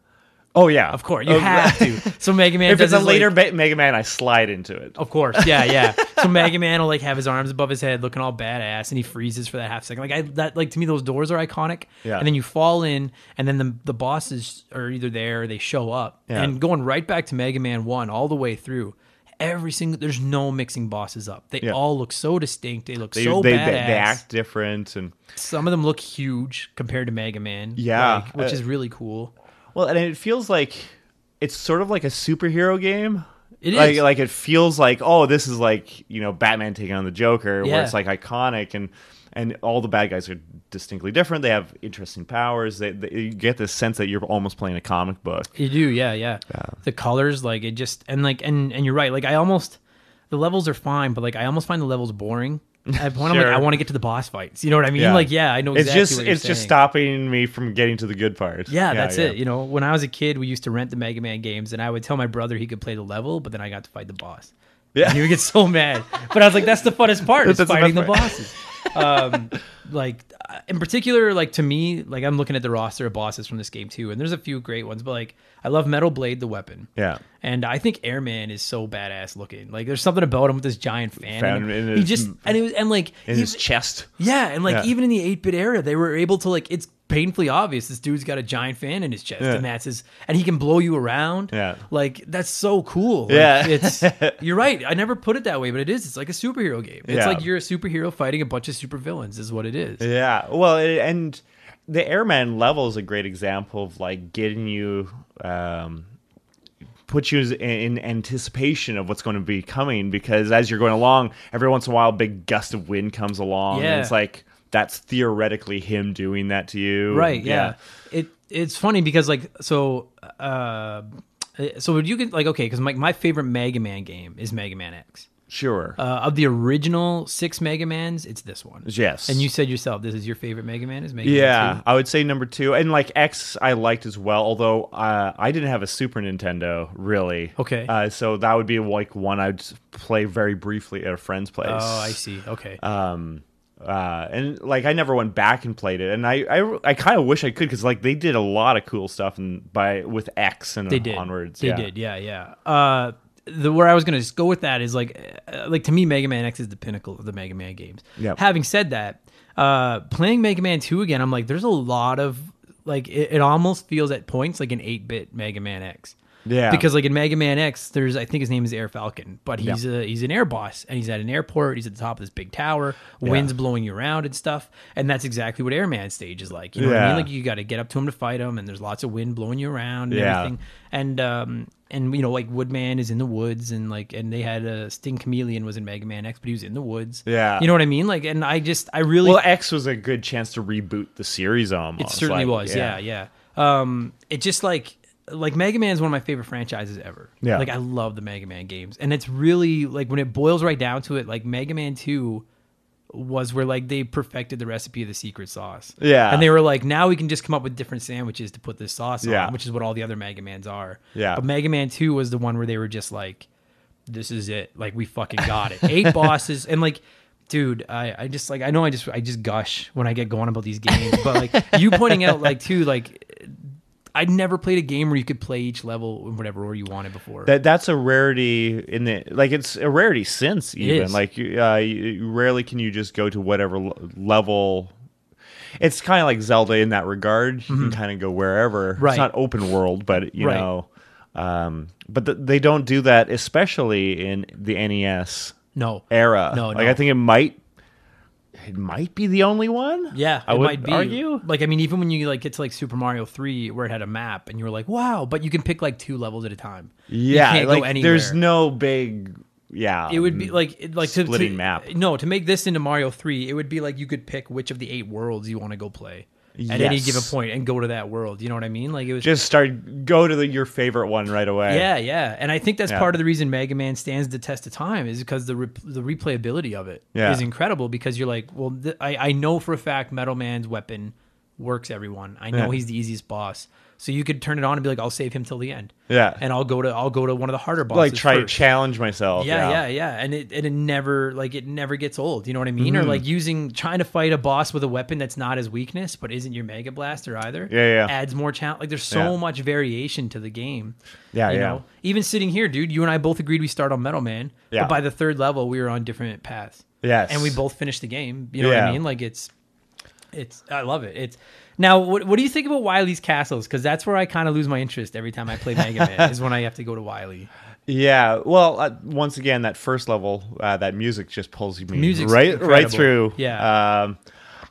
[SPEAKER 3] Oh yeah.
[SPEAKER 2] Of course, you have to. So Mega Man.
[SPEAKER 3] If
[SPEAKER 2] does
[SPEAKER 3] it's a
[SPEAKER 2] his,
[SPEAKER 3] later
[SPEAKER 2] like- Oh,
[SPEAKER 3] ba- Mega Man, I slide into it.
[SPEAKER 2] of course, yeah, yeah. So Mega Man will like have his arms above his head, looking all badass, and he freezes for that half second. Like I, that, like to me, those doors are iconic.
[SPEAKER 3] Yeah.
[SPEAKER 2] And then you fall in, and then the the bosses are either there or they show up.
[SPEAKER 3] Yeah.
[SPEAKER 2] And going right back to Mega Man One, all the way through. Every single there's no mixing bosses up. They
[SPEAKER 3] Yeah.
[SPEAKER 2] all look so distinct. They look
[SPEAKER 3] They,
[SPEAKER 2] so
[SPEAKER 3] they, they,
[SPEAKER 2] badass.
[SPEAKER 3] they act different and
[SPEAKER 2] Some of them look huge compared to Mega Man.
[SPEAKER 3] Yeah.
[SPEAKER 2] like, which
[SPEAKER 3] Uh,
[SPEAKER 2] is really cool.
[SPEAKER 3] Well, and it feels like it's sort of like a superhero game.
[SPEAKER 2] It
[SPEAKER 3] like,
[SPEAKER 2] is.
[SPEAKER 3] Like it feels like oh, this is like you know Batman taking on the Joker,
[SPEAKER 2] Yeah.
[SPEAKER 3] where it's like iconic and and all the bad guys are distinctly different. They have interesting powers. They, they, you get this sense that you're almost playing a comic book.
[SPEAKER 2] You do, yeah, yeah, The colors, like it just and like and and you're right. Like I almost the levels are fine, but like I almost find the levels boring. At point, I'm
[SPEAKER 3] Sure.
[SPEAKER 2] like, I want to get to the boss fights. You know what I mean? Like, yeah, I know.
[SPEAKER 3] It's
[SPEAKER 2] exactly
[SPEAKER 3] just
[SPEAKER 2] what you're
[SPEAKER 3] it's just
[SPEAKER 2] saying.
[SPEAKER 3] stopping me from getting to the good part.
[SPEAKER 2] Yeah, that's it.
[SPEAKER 3] yeah.
[SPEAKER 2] You know, when I was a kid, we used to rent the Mega Man games, and I would tell my brother he could play the level, but then I got to fight the boss.
[SPEAKER 3] Yeah.
[SPEAKER 2] and he would get so mad. But I was like, that's the funnest part is
[SPEAKER 3] That's the
[SPEAKER 2] fighting the
[SPEAKER 3] best part.
[SPEAKER 2] bosses. um, like uh, in particular, like to me, like I'm looking at the roster of bosses from this game too, and there's a few great ones. But like, I love Metal Blade, the weapon.
[SPEAKER 3] Yeah.
[SPEAKER 2] and I think Airman is so badass looking. Like, there's something about him with this giant fan.
[SPEAKER 3] Fan
[SPEAKER 2] and
[SPEAKER 3] in
[SPEAKER 2] he
[SPEAKER 3] his-
[SPEAKER 2] just and it was and like
[SPEAKER 3] In
[SPEAKER 2] he-
[SPEAKER 3] his chest.
[SPEAKER 2] yeah, and like
[SPEAKER 3] Yeah.
[SPEAKER 2] even in the eight bit era, they were able to like it's painfully obvious this dude's got a giant fan in his chest,
[SPEAKER 3] Yeah.
[SPEAKER 2] and that's his, and he can blow you around.
[SPEAKER 3] Yeah.
[SPEAKER 2] like that's so cool. Like,
[SPEAKER 3] Yeah.
[SPEAKER 2] it's you're right. I never put it that way, but it is. It's like a superhero game. It's
[SPEAKER 3] Yeah.
[SPEAKER 2] like you're a superhero fighting a bunch of supervillains. Is what it is.
[SPEAKER 3] Yeah. Well, it, and the airman level is a great example of like getting you, um, put you in, in anticipation of what's going to be coming because as you're going along, every once in a while, a big gust of wind comes along,
[SPEAKER 2] Yeah.
[SPEAKER 3] and it's like that's theoretically him doing that to you.
[SPEAKER 2] right yeah. it it's funny because like so uh so would you get like okay because my, my favorite mega man game is mega man x
[SPEAKER 3] Sure.
[SPEAKER 2] uh, of the original six Mega Mans, it's this one.
[SPEAKER 3] Yes.
[SPEAKER 2] And you said yourself, this is your favorite Mega Man. Is Mega Man
[SPEAKER 3] yeah,
[SPEAKER 2] 2?
[SPEAKER 3] I would say number two, and like X, I liked as well. Although uh, I didn't have a Super Nintendo, really.
[SPEAKER 2] Okay.
[SPEAKER 3] Uh, so that would be like one I'd play very briefly at a friend's place.
[SPEAKER 2] Oh, I see. Okay.
[SPEAKER 3] um uh and like i never went back and played it and i i, I kind of wish i could because like they did a lot of cool stuff and by with x and
[SPEAKER 2] they did.
[SPEAKER 3] onwards
[SPEAKER 2] They
[SPEAKER 3] yeah.
[SPEAKER 2] did. Yeah, yeah. Uh, the where I was gonna just go with that is like, uh, like to me, Mega Man X is the pinnacle of the Mega Man games.
[SPEAKER 3] Yep.
[SPEAKER 2] Having said that, uh, playing Mega Man Two again, I'm like, there's a lot of like, it, it almost feels at points like an eight bit Mega Man X.
[SPEAKER 3] Yeah.
[SPEAKER 2] Because like in Mega Man X, there's I think his name is Air Falcon, but he's a he's an air boss and he's at an airport. He's at the top of this big tower, winds blowing you around and stuff, and that's exactly what Airman stage is like. You know what I mean?
[SPEAKER 3] Yeah.
[SPEAKER 2] Like you got to get up to him to fight him, and there's lots of wind blowing you around and
[SPEAKER 3] Yeah.
[SPEAKER 2] everything. And um and you know like Woodman is in the woods and like and they had a Sting Chameleon was in Mega Man X, but he was in the woods.
[SPEAKER 3] Yeah.
[SPEAKER 2] You know what I mean? Like and I just I really
[SPEAKER 3] well x was a good chance to reboot the series almost
[SPEAKER 2] it certainly
[SPEAKER 3] like,
[SPEAKER 2] was. Yeah. yeah, Um, it just like like Mega Man is one of my favorite franchises ever.
[SPEAKER 3] Yeah.
[SPEAKER 2] like I love the Mega Man games, and it's really like when it boils right down to it, like Mega Man Two was where like they perfected the recipe of the secret sauce.
[SPEAKER 3] Yeah.
[SPEAKER 2] and they were like, now we can just come up with different sandwiches to put this sauce
[SPEAKER 3] Yeah.
[SPEAKER 2] on, which is what all the other Mega Mans are.
[SPEAKER 3] Yeah.
[SPEAKER 2] but Mega Man Two was the one where they were just like, this is it. Like we fucking got it. Eight bosses and like dude, I, I just like I know I just I just gush when I get going about these games, but like you pointing out like too like I never played a game where you could play each level in whatever order you wanted before.
[SPEAKER 3] that that's a rarity in the like it's a rarity since even
[SPEAKER 2] is.
[SPEAKER 3] like you- uh, you, you rarely can you just go to whatever l- level it's kind of like zelda in that regard you can kind of go wherever
[SPEAKER 2] Mm-hmm. Right.
[SPEAKER 3] it's not open world but you
[SPEAKER 2] Right.
[SPEAKER 3] know um but th- they don't do that especially in the nes
[SPEAKER 2] no.
[SPEAKER 3] era
[SPEAKER 2] No,
[SPEAKER 3] like
[SPEAKER 2] no.
[SPEAKER 3] i think it might it might be the only one
[SPEAKER 2] Yeah,
[SPEAKER 3] i
[SPEAKER 2] it
[SPEAKER 3] would
[SPEAKER 2] might be.
[SPEAKER 3] argue
[SPEAKER 2] Like I mean, even when you like get to like Super Mario Three, where it had a map, and you were like, "Wow!" But you can pick like two levels at a time.
[SPEAKER 3] yeah
[SPEAKER 2] you can't
[SPEAKER 3] like
[SPEAKER 2] go anywhere.
[SPEAKER 3] there's no big yeah
[SPEAKER 2] It would be like it- like to, to-
[SPEAKER 3] Um, splitting map.
[SPEAKER 2] No, to make this into Mario Three, it would be like you could pick which of the eight worlds you want to go play at any
[SPEAKER 3] Yes.
[SPEAKER 2] given point and go to that world. You know what I mean? Like it was
[SPEAKER 3] just start go to the, your favorite one right away
[SPEAKER 2] yeah, yeah. And I think that's
[SPEAKER 3] Yeah.
[SPEAKER 2] part of the reason Mega Man stands the test of time is because the re- the replayability of it is
[SPEAKER 3] Yeah.
[SPEAKER 2] incredible. Because you're like, well, th- I I know for a fact Metal Man's weapon works everyone. I know
[SPEAKER 3] Yeah.
[SPEAKER 2] he's the easiest boss. So you could turn it on and be like, I'll save him till the end.
[SPEAKER 3] Yeah.
[SPEAKER 2] and I'll go to I'll go to one of the harder bosses.
[SPEAKER 3] like try
[SPEAKER 2] first.
[SPEAKER 3] to challenge myself.
[SPEAKER 2] Yeah, yeah, yeah, And it and it never like it never gets old. You know what I mean?
[SPEAKER 3] Mm-hmm.
[SPEAKER 2] Or like using trying to fight a boss with a weapon that's not his weakness, but isn't your Mega Blaster either.
[SPEAKER 3] Yeah, yeah.
[SPEAKER 2] Adds more challenge. Like there's so
[SPEAKER 3] Yeah.
[SPEAKER 2] much variation to the game.
[SPEAKER 3] Yeah,
[SPEAKER 2] you
[SPEAKER 3] yeah.
[SPEAKER 2] Know? Even sitting here, dude, you and I both agreed we start on Metal Man.
[SPEAKER 3] Yeah.
[SPEAKER 2] But by the third level, we were on different paths.
[SPEAKER 3] Yes.
[SPEAKER 2] And we both finished the game. You know what I
[SPEAKER 3] Yeah.
[SPEAKER 2] mean? Like it's it's I love it. It's now what, what do you think about Wily's castles? Because that's where I kind of lose my interest every time I play Mega Man is when I have to go to Wily.
[SPEAKER 3] Yeah, Well, uh, once again, that first level, uh, that music just pulls me
[SPEAKER 2] Music's
[SPEAKER 3] right, right
[SPEAKER 2] incredible.
[SPEAKER 3] through.
[SPEAKER 2] Yeah.
[SPEAKER 3] Um,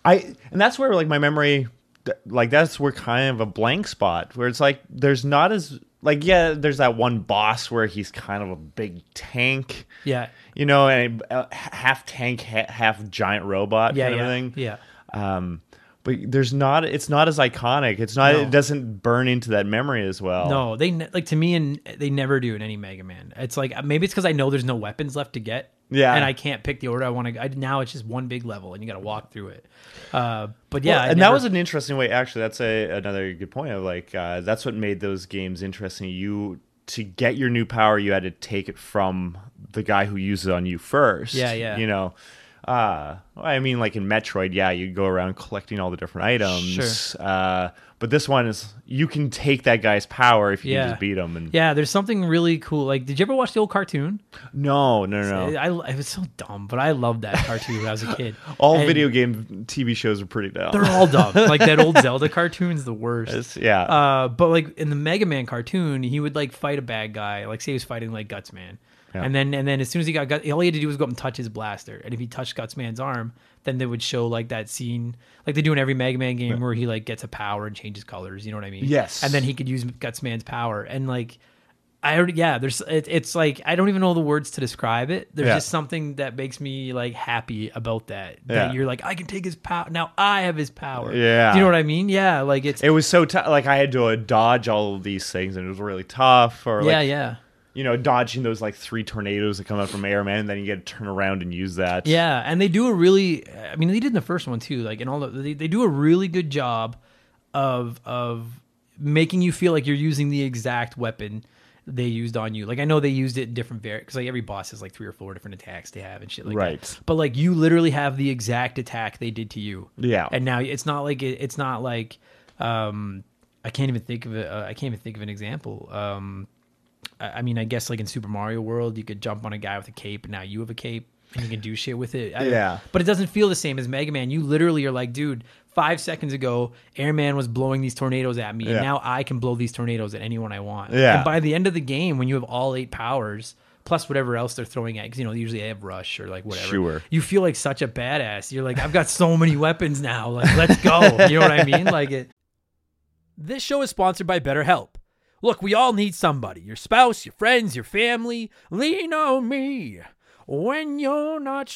[SPEAKER 3] I and that's where like my memory, th- like that's where kind of a blank spot where it's like there's not as like yeah, there's that one boss where he's kind of a big tank.
[SPEAKER 2] Yeah.
[SPEAKER 3] You know, and a, a half tank, ha- half giant robot
[SPEAKER 2] Yeah.
[SPEAKER 3] kind
[SPEAKER 2] yeah,
[SPEAKER 3] of thing.
[SPEAKER 2] yeah.
[SPEAKER 3] Um, but there's not. It's not as iconic. It's not.
[SPEAKER 2] No.
[SPEAKER 3] It doesn't burn into that memory as well.
[SPEAKER 2] No, they ne- like to me, and they never do in any Mega Man. It's like maybe it's because I know there's no weapons left to get,
[SPEAKER 3] Yeah.
[SPEAKER 2] and I can't pick the order I want to. I, now it's just one big level, and you got to walk through it. Uh, but yeah,
[SPEAKER 3] Well,
[SPEAKER 2] I
[SPEAKER 3] and that
[SPEAKER 2] never-
[SPEAKER 3] was an interesting way. Actually, that's a, another good point. Of like, uh, that's what made those games interesting. You to get your new power, you had to take it from the guy who uses it on you first.
[SPEAKER 2] Yeah, yeah.
[SPEAKER 3] You know, uh, I mean, like in Metroid, yeah, you go around collecting all the different items.
[SPEAKER 2] Sure.
[SPEAKER 3] Uh, but this one is you can take that guy's power if you
[SPEAKER 2] Yeah.
[SPEAKER 3] can just beat him. And
[SPEAKER 2] yeah. There's something really cool. Like, did you ever watch the old cartoon?
[SPEAKER 3] no, no, no. no.
[SPEAKER 2] I, I- it was so dumb, but I loved that cartoon when I was a kid.
[SPEAKER 3] all
[SPEAKER 2] And
[SPEAKER 3] video game TV shows are pretty dumb.
[SPEAKER 2] They're all dumb. like that old Zelda cartoon's the worst.
[SPEAKER 3] It's- yeah.
[SPEAKER 2] Uh, but like in the Mega Man cartoon, he would like fight a bad guy. Like say he was fighting like Guts Man,
[SPEAKER 3] Yeah.
[SPEAKER 2] and then and then as soon as he got Guts, all he had to do was go up and touch his blaster. And if he touched Guts Man's arm, then they would show like that scene, like they do in every Mega Man game, where he like gets a power and changes colors. You know what I mean?
[SPEAKER 3] Yes.
[SPEAKER 2] And then he could use Guts Man's power, and like I already yeah, there's it, it's like I don't even know the words to describe it. There's
[SPEAKER 3] Yeah.
[SPEAKER 2] just something that makes me like happy about that.
[SPEAKER 3] Yeah.
[SPEAKER 2] That you're like I can take his power now. I have his power.
[SPEAKER 3] Yeah.
[SPEAKER 2] Do you know what I mean? Yeah. Like it's
[SPEAKER 3] it was so tough. Like I had to uh, dodge all of these things, and it was really tough. Or like,
[SPEAKER 2] yeah yeah.
[SPEAKER 3] you know, dodging those like three tornadoes that come out from Airman, and then you get to turn around and use that.
[SPEAKER 2] Yeah, and they do a really. I mean, they did in the first one too. Like, and all the, they they do a really good job of of making you feel like you're using the exact weapon they used on you. Like, I know they used it in different variants because like every boss has like three or four different attacks they have and shit like
[SPEAKER 3] Right.
[SPEAKER 2] that. But like, you literally have the exact attack they did to you.
[SPEAKER 3] Yeah.
[SPEAKER 2] and now it's not like it, it's not like um I can't even think of it. Uh, I can't even think of an example. Um, I I mean, I guess like in Super Mario World, you could jump on a guy with a cape, and now you have a cape, and you can do shit with it. I-
[SPEAKER 3] Yeah.
[SPEAKER 2] but it doesn't feel the same as Mega Man. You literally are like, dude, five seconds ago, Airman was blowing these tornadoes at me,
[SPEAKER 3] Yeah.
[SPEAKER 2] and now I can blow these tornadoes at anyone I want.
[SPEAKER 3] Yeah.
[SPEAKER 2] And by the end of the game, when you have all eight powers plus whatever else they're throwing at, because you know usually they have rush or like whatever.
[SPEAKER 3] Sure.
[SPEAKER 2] You feel like such a badass. You're like, I've got so many weapons now. Like, let's go. You know what I mean? Like it.
[SPEAKER 1] This show is sponsored by BetterHelp. Look, we all need somebody your spouse, your friends, your family. Lean on me when you're not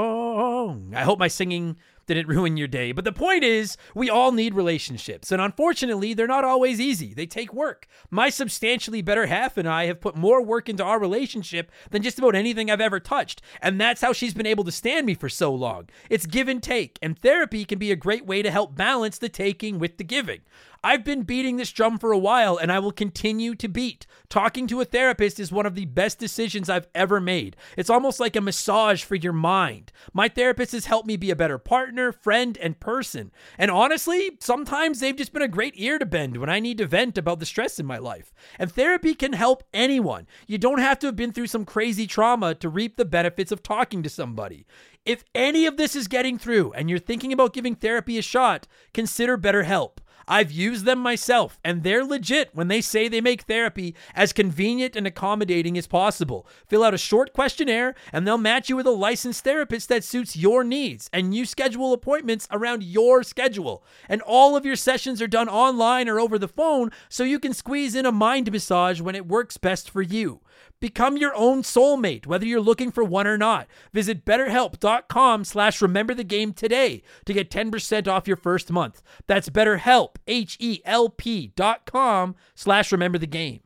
[SPEAKER 1] strong. I hope my singing didn't ruin your day, but the point is, we all need relationships, and unfortunately, they're not always easy. They take work. My substantially better half and I have put more work into our relationship than just about anything I've ever touched, and that's how she's been able to stand me for so long. It's give and take, and therapy can be a great way to help balance the taking with the giving. I've been beating this drum for a while and I will continue to beat. Talking to a therapist is one of the best decisions I've ever made. It's almost like a massage for your mind. My therapist has helped me be a better partner, friend, and person. And honestly, sometimes they've just been a great ear to bend when I need to vent about the stress in my life. And therapy can help anyone. You don't have to have been through some crazy trauma to reap the benefits of talking to somebody. If any of this is getting through and you're thinking about giving therapy a shot, consider BetterHelp. I've used them myself, and they're legit when they say they make therapy as convenient and accommodating as possible. Fill out a short questionnaire, and they'll match you with a licensed therapist that suits your needs, and you schedule appointments around your schedule. And all of your sessions are done online or over the phone, so you can squeeze in a mind massage when it works best for you. Become your own soulmate, whether you're looking for one or not. Visit betterhelp.com slash remember the game today to get 10% off your first month. That's betterhelp, H-E-L-P dot com slash remember the game.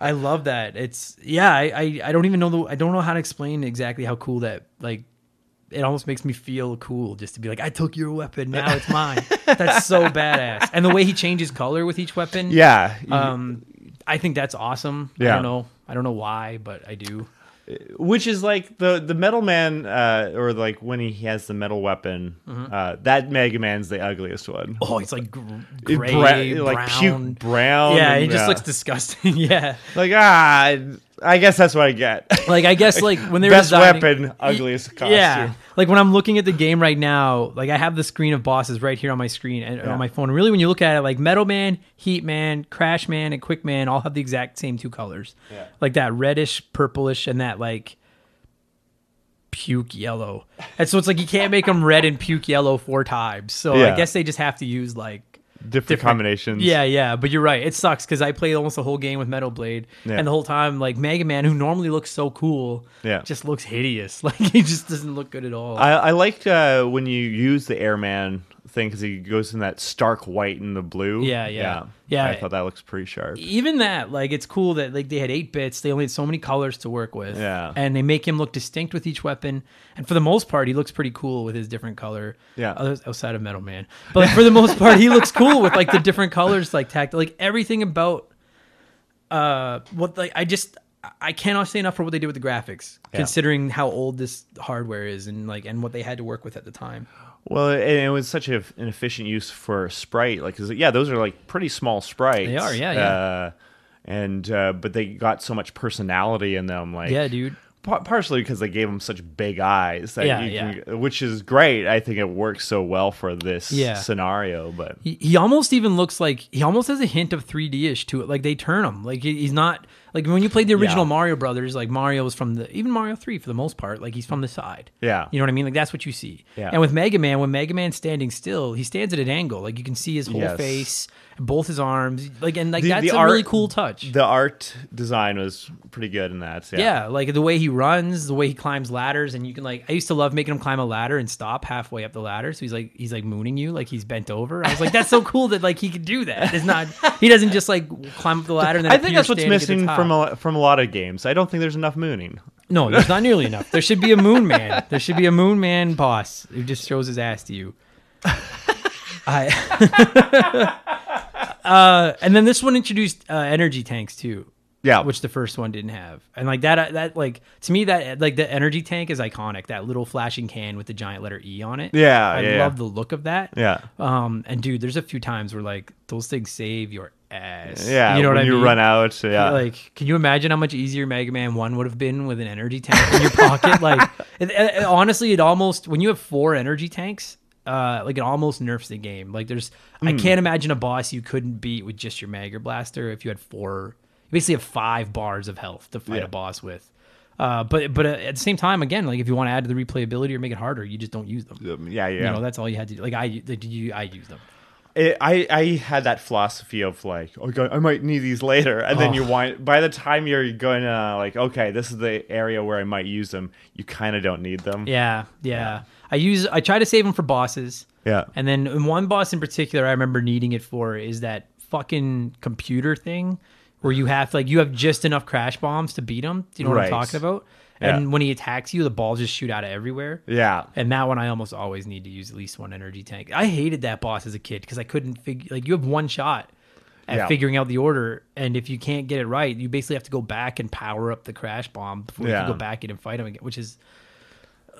[SPEAKER 2] I love that. It's yeah. I, I I don't even know the I don't know how to explain exactly how cool that like. It almost makes me feel cool just to be like, I took your weapon, now it's mine. that's so badass. And the way he changes color with each weapon,
[SPEAKER 3] Yeah.
[SPEAKER 2] Um, I think that's awesome. I
[SPEAKER 3] Yeah.
[SPEAKER 2] don't know. I don't know why, but I do.
[SPEAKER 3] Which is like the the Metal Man, uh, or like when he has the metal weapon. Uh, that Mega Man's the ugliest one.
[SPEAKER 2] Mm-hmm. Oh, it's like gr-
[SPEAKER 3] It
[SPEAKER 2] gray,
[SPEAKER 3] bra-
[SPEAKER 2] brown.
[SPEAKER 3] like puke brown.
[SPEAKER 2] Yeah,
[SPEAKER 3] and-
[SPEAKER 2] it just looks disgusting. yeah,
[SPEAKER 3] like ah. I guess that's what I get.
[SPEAKER 2] like I guess like when they were
[SPEAKER 3] Best
[SPEAKER 2] designing-
[SPEAKER 3] weapon,
[SPEAKER 2] Y-
[SPEAKER 3] ugliest costume.
[SPEAKER 2] Yeah, like when I'm looking at the game right now, like I have the screen of bosses right here on my screen and
[SPEAKER 3] Yeah.
[SPEAKER 2] on my phone. Really, when you look at it, like Metal Man, Heat Man, Crash Man, and Quick Man all have the exact same two colors.
[SPEAKER 3] Yeah.
[SPEAKER 2] Like that reddish, purplish, and that like puke yellow. And so it's like you can't make them red and puke yellow four times. So I
[SPEAKER 3] Yeah.
[SPEAKER 2] guess they just have to use like
[SPEAKER 3] Different, combinations.
[SPEAKER 2] yeah, yeah, but you're right. It sucks because I played almost the whole game with Metal Blade,
[SPEAKER 3] Yeah.
[SPEAKER 2] and the whole time, like Mega Man, who normally looks so cool,
[SPEAKER 3] Yeah.
[SPEAKER 2] just looks hideous. Like he just doesn't look good at all.
[SPEAKER 3] I, I liked uh, when you use the airman thing because he goes in that stark white and the blue.
[SPEAKER 2] Yeah, yeah. Yeah.
[SPEAKER 3] I thought that looks pretty sharp.
[SPEAKER 2] Even that, like, it's cool that like they had eight bits. They only had so many colors to work with.
[SPEAKER 3] Yeah.
[SPEAKER 2] and they make him look distinct with each weapon. And for the most part, he looks pretty cool with his different color.
[SPEAKER 3] Yeah.
[SPEAKER 2] Others- outside of Metal Man, but like, for the most part, he looks cool with like the different colors, like tact, like everything about. Uh, what like I just I cannot say enough for what they did with the graphics, considering how old this hardware is and like and what they had to work with at the time.
[SPEAKER 3] Well, and it was such a, an efficient use for sprite. Like, 'cause, yeah, those are like pretty small sprites.
[SPEAKER 2] They are, yeah, yeah.
[SPEAKER 3] Uh, and uh, but they got so much personality in them. Like,
[SPEAKER 2] Yeah, dude.
[SPEAKER 3] pa- partially because they gave him such big eyes. That
[SPEAKER 2] Yeah,
[SPEAKER 3] you Can, which is great. I think it works so well for this
[SPEAKER 2] Yeah.
[SPEAKER 3] scenario. But
[SPEAKER 2] He, he almost even looks like he almost has a hint of 3D ish to it. Like they turn him. Like he- he's not like when you played the original
[SPEAKER 3] Yeah.
[SPEAKER 2] Mario Brothers. Like Mario was from the even Mario Three for the most part. Like he's from the side.
[SPEAKER 3] Yeah.
[SPEAKER 2] you know what I mean. Like that's what you see.
[SPEAKER 3] Yeah.
[SPEAKER 2] And with Mega Man, when Mega Man's standing still, he stands at an angle. Like you can see his whole
[SPEAKER 3] Yes.
[SPEAKER 2] face, both his arms. Like and like
[SPEAKER 3] The-
[SPEAKER 2] that's
[SPEAKER 3] the
[SPEAKER 2] a really
[SPEAKER 3] art-
[SPEAKER 2] cool touch.
[SPEAKER 3] the art design was pretty good in that. Yeah.
[SPEAKER 2] yeah. like the way he runs, the way he climbs ladders, and you can like. I used to love making him climb a ladder and stop halfway up the ladder, so he's like he's like mooning you, like he's bent over. I was like, that's so cool that like he could do that. It's not he doesn't just like climb up the ladder. and then
[SPEAKER 3] I think
[SPEAKER 2] appear
[SPEAKER 3] that's what's
[SPEAKER 2] standing at the
[SPEAKER 3] missing
[SPEAKER 2] top.
[SPEAKER 3] from a, from a lot of games. I don't think there's enough mooning.
[SPEAKER 2] No, there's not nearly enough. There should be a moon man. There should be a moon man boss who just throws his ass to you. I. uh, and then this one introduced uh, energy tanks too.
[SPEAKER 3] Yeah.
[SPEAKER 2] which the first one didn't have, and like that, that like to me that like the energy tank is iconic. That little flashing can with the giant letter E on it.
[SPEAKER 3] Yeah,
[SPEAKER 2] I
[SPEAKER 3] yeah, yeah.
[SPEAKER 2] love the look of that.
[SPEAKER 3] Yeah.
[SPEAKER 2] Um, and dude, there's a few times where like those things save your ass.
[SPEAKER 3] Yeah,
[SPEAKER 2] you know
[SPEAKER 3] when
[SPEAKER 2] what I
[SPEAKER 3] you
[SPEAKER 2] mean.
[SPEAKER 3] run out, yeah,
[SPEAKER 2] Like, can you imagine how much easier Mega Man One would have been with an energy tank in your pocket? like, it, it- it- honestly, it almost when you have four energy tanks, uh, like it almost nerfs the game. Like, there's I
[SPEAKER 3] Hmm.
[SPEAKER 2] can't imagine a boss you couldn't beat with just your Mega Blaster if you had four. You basically have five bars of health to fight
[SPEAKER 3] Yeah.
[SPEAKER 2] a boss with. Uh, but but uh, at the same time, again, like if you want to add to the replayability or make it harder, you just don't use them.
[SPEAKER 3] Um, yeah, yeah.
[SPEAKER 2] You know, that's all you had to do. Like I, did you, I use them.
[SPEAKER 3] it, I I had that philosophy of like, oh god, I might need these later, and then you wind by the time you're gonna like, okay, this is the area where I might use them. You kind of don't need them.
[SPEAKER 2] Yeah, yeah. I use I try to save them for bosses.
[SPEAKER 3] Yeah.
[SPEAKER 2] And then in one boss in particular I remember needing it for is that fucking computer thing where you have like you have just enough crash bombs to beat him. Do you know what
[SPEAKER 3] Right.
[SPEAKER 2] I'm talking about?
[SPEAKER 3] Yeah.
[SPEAKER 2] And when he attacks you, the balls just shoot out of everywhere.
[SPEAKER 3] yeah.
[SPEAKER 2] And that one I almost always need to use at least one energy tank. I hated that boss as a kid because I couldn't figure like you have one shot at
[SPEAKER 3] Yeah.
[SPEAKER 2] figuring out the order, and if you can't get it right, you basically have to go back and power up the crash bomb before you
[SPEAKER 3] Yeah.
[SPEAKER 2] can go back in and fight him again, which is.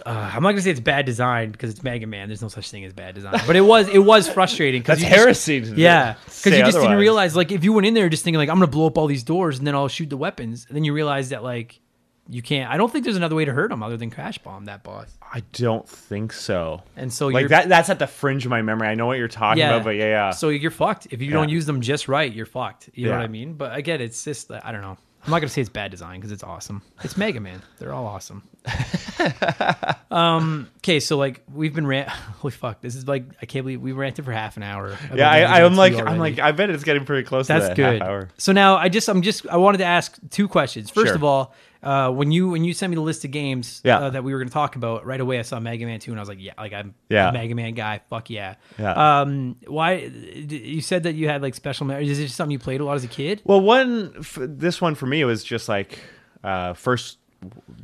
[SPEAKER 2] Uh, I'm not gonna say it's bad design because it's Mega Man. There's no such thing as bad design, but it was it was frustrating because
[SPEAKER 3] That's heresy. to
[SPEAKER 2] yeah, because
[SPEAKER 3] say
[SPEAKER 2] you just didn't
[SPEAKER 3] otherwise.
[SPEAKER 2] realize like if you went in there just thinking like I'm gonna blow up all these doors and then I'll shoot the weapons, and then you realize that like you can't. I don't think there's another way to hurt him other than crash bomb that boss.
[SPEAKER 3] I don't think so.
[SPEAKER 2] And so
[SPEAKER 3] like
[SPEAKER 2] you're,
[SPEAKER 3] that that's at the fringe of my memory. I know what you're talking
[SPEAKER 2] yeah.
[SPEAKER 3] about, but yeah, yeah.
[SPEAKER 2] So you're fucked if you don't
[SPEAKER 3] Yeah.
[SPEAKER 2] use them just right. You're fucked. You know
[SPEAKER 3] Yeah.
[SPEAKER 2] what I mean? But again, it's just that- I don't know. I'm not gonna say it's bad design because it's awesome. It's Mega Man. They're all awesome. um. Okay. So like we've been rant. Holy fuck! This is like I can't believe we ranted for half an hour.
[SPEAKER 3] yeah,
[SPEAKER 2] about
[SPEAKER 3] I,
[SPEAKER 2] Mega
[SPEAKER 3] I'm
[SPEAKER 2] Man
[SPEAKER 3] like,
[SPEAKER 2] 2
[SPEAKER 3] I'm
[SPEAKER 2] already.
[SPEAKER 3] like, I bet it's getting pretty close.
[SPEAKER 2] That's
[SPEAKER 3] to that
[SPEAKER 2] good.
[SPEAKER 3] Half hour.
[SPEAKER 2] So now I just I'm just I wanted to ask two questions. First
[SPEAKER 3] Sure.
[SPEAKER 2] of all, uh, when you when you sent me the list of games
[SPEAKER 3] Yeah.
[SPEAKER 2] uh, that we were going to talk about, right away I saw Mega Man 2 and I was like, yeah, like I'm
[SPEAKER 3] Yeah.
[SPEAKER 2] a Mega Man guy. Fuck yeah.
[SPEAKER 3] Yeah.
[SPEAKER 2] Um why d- you said that you had like special memories. Is it just something you played a lot as a kid?
[SPEAKER 3] Well, one f- this one for me was just like uh, first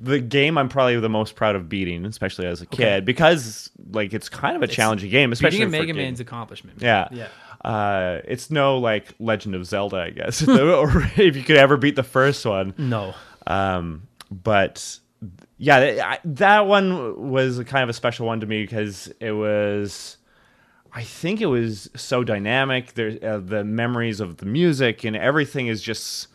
[SPEAKER 3] the game I'm probably the most proud of beating, especially as a kid, because like it's kind of a challenging game, especially
[SPEAKER 2] Beating a
[SPEAKER 3] for
[SPEAKER 2] Mega
[SPEAKER 3] game-
[SPEAKER 2] Man's accomplishment.
[SPEAKER 3] Yeah,
[SPEAKER 2] Yeah.
[SPEAKER 3] Uh, it's no like Legend of Zelda, I guess, or if you could ever beat the first one.
[SPEAKER 2] No.
[SPEAKER 3] Um, but yeah, th- I, that one was a kind of a special one to me because it was, I think it was so dynamic. There, uh, the memories of the music and everything is just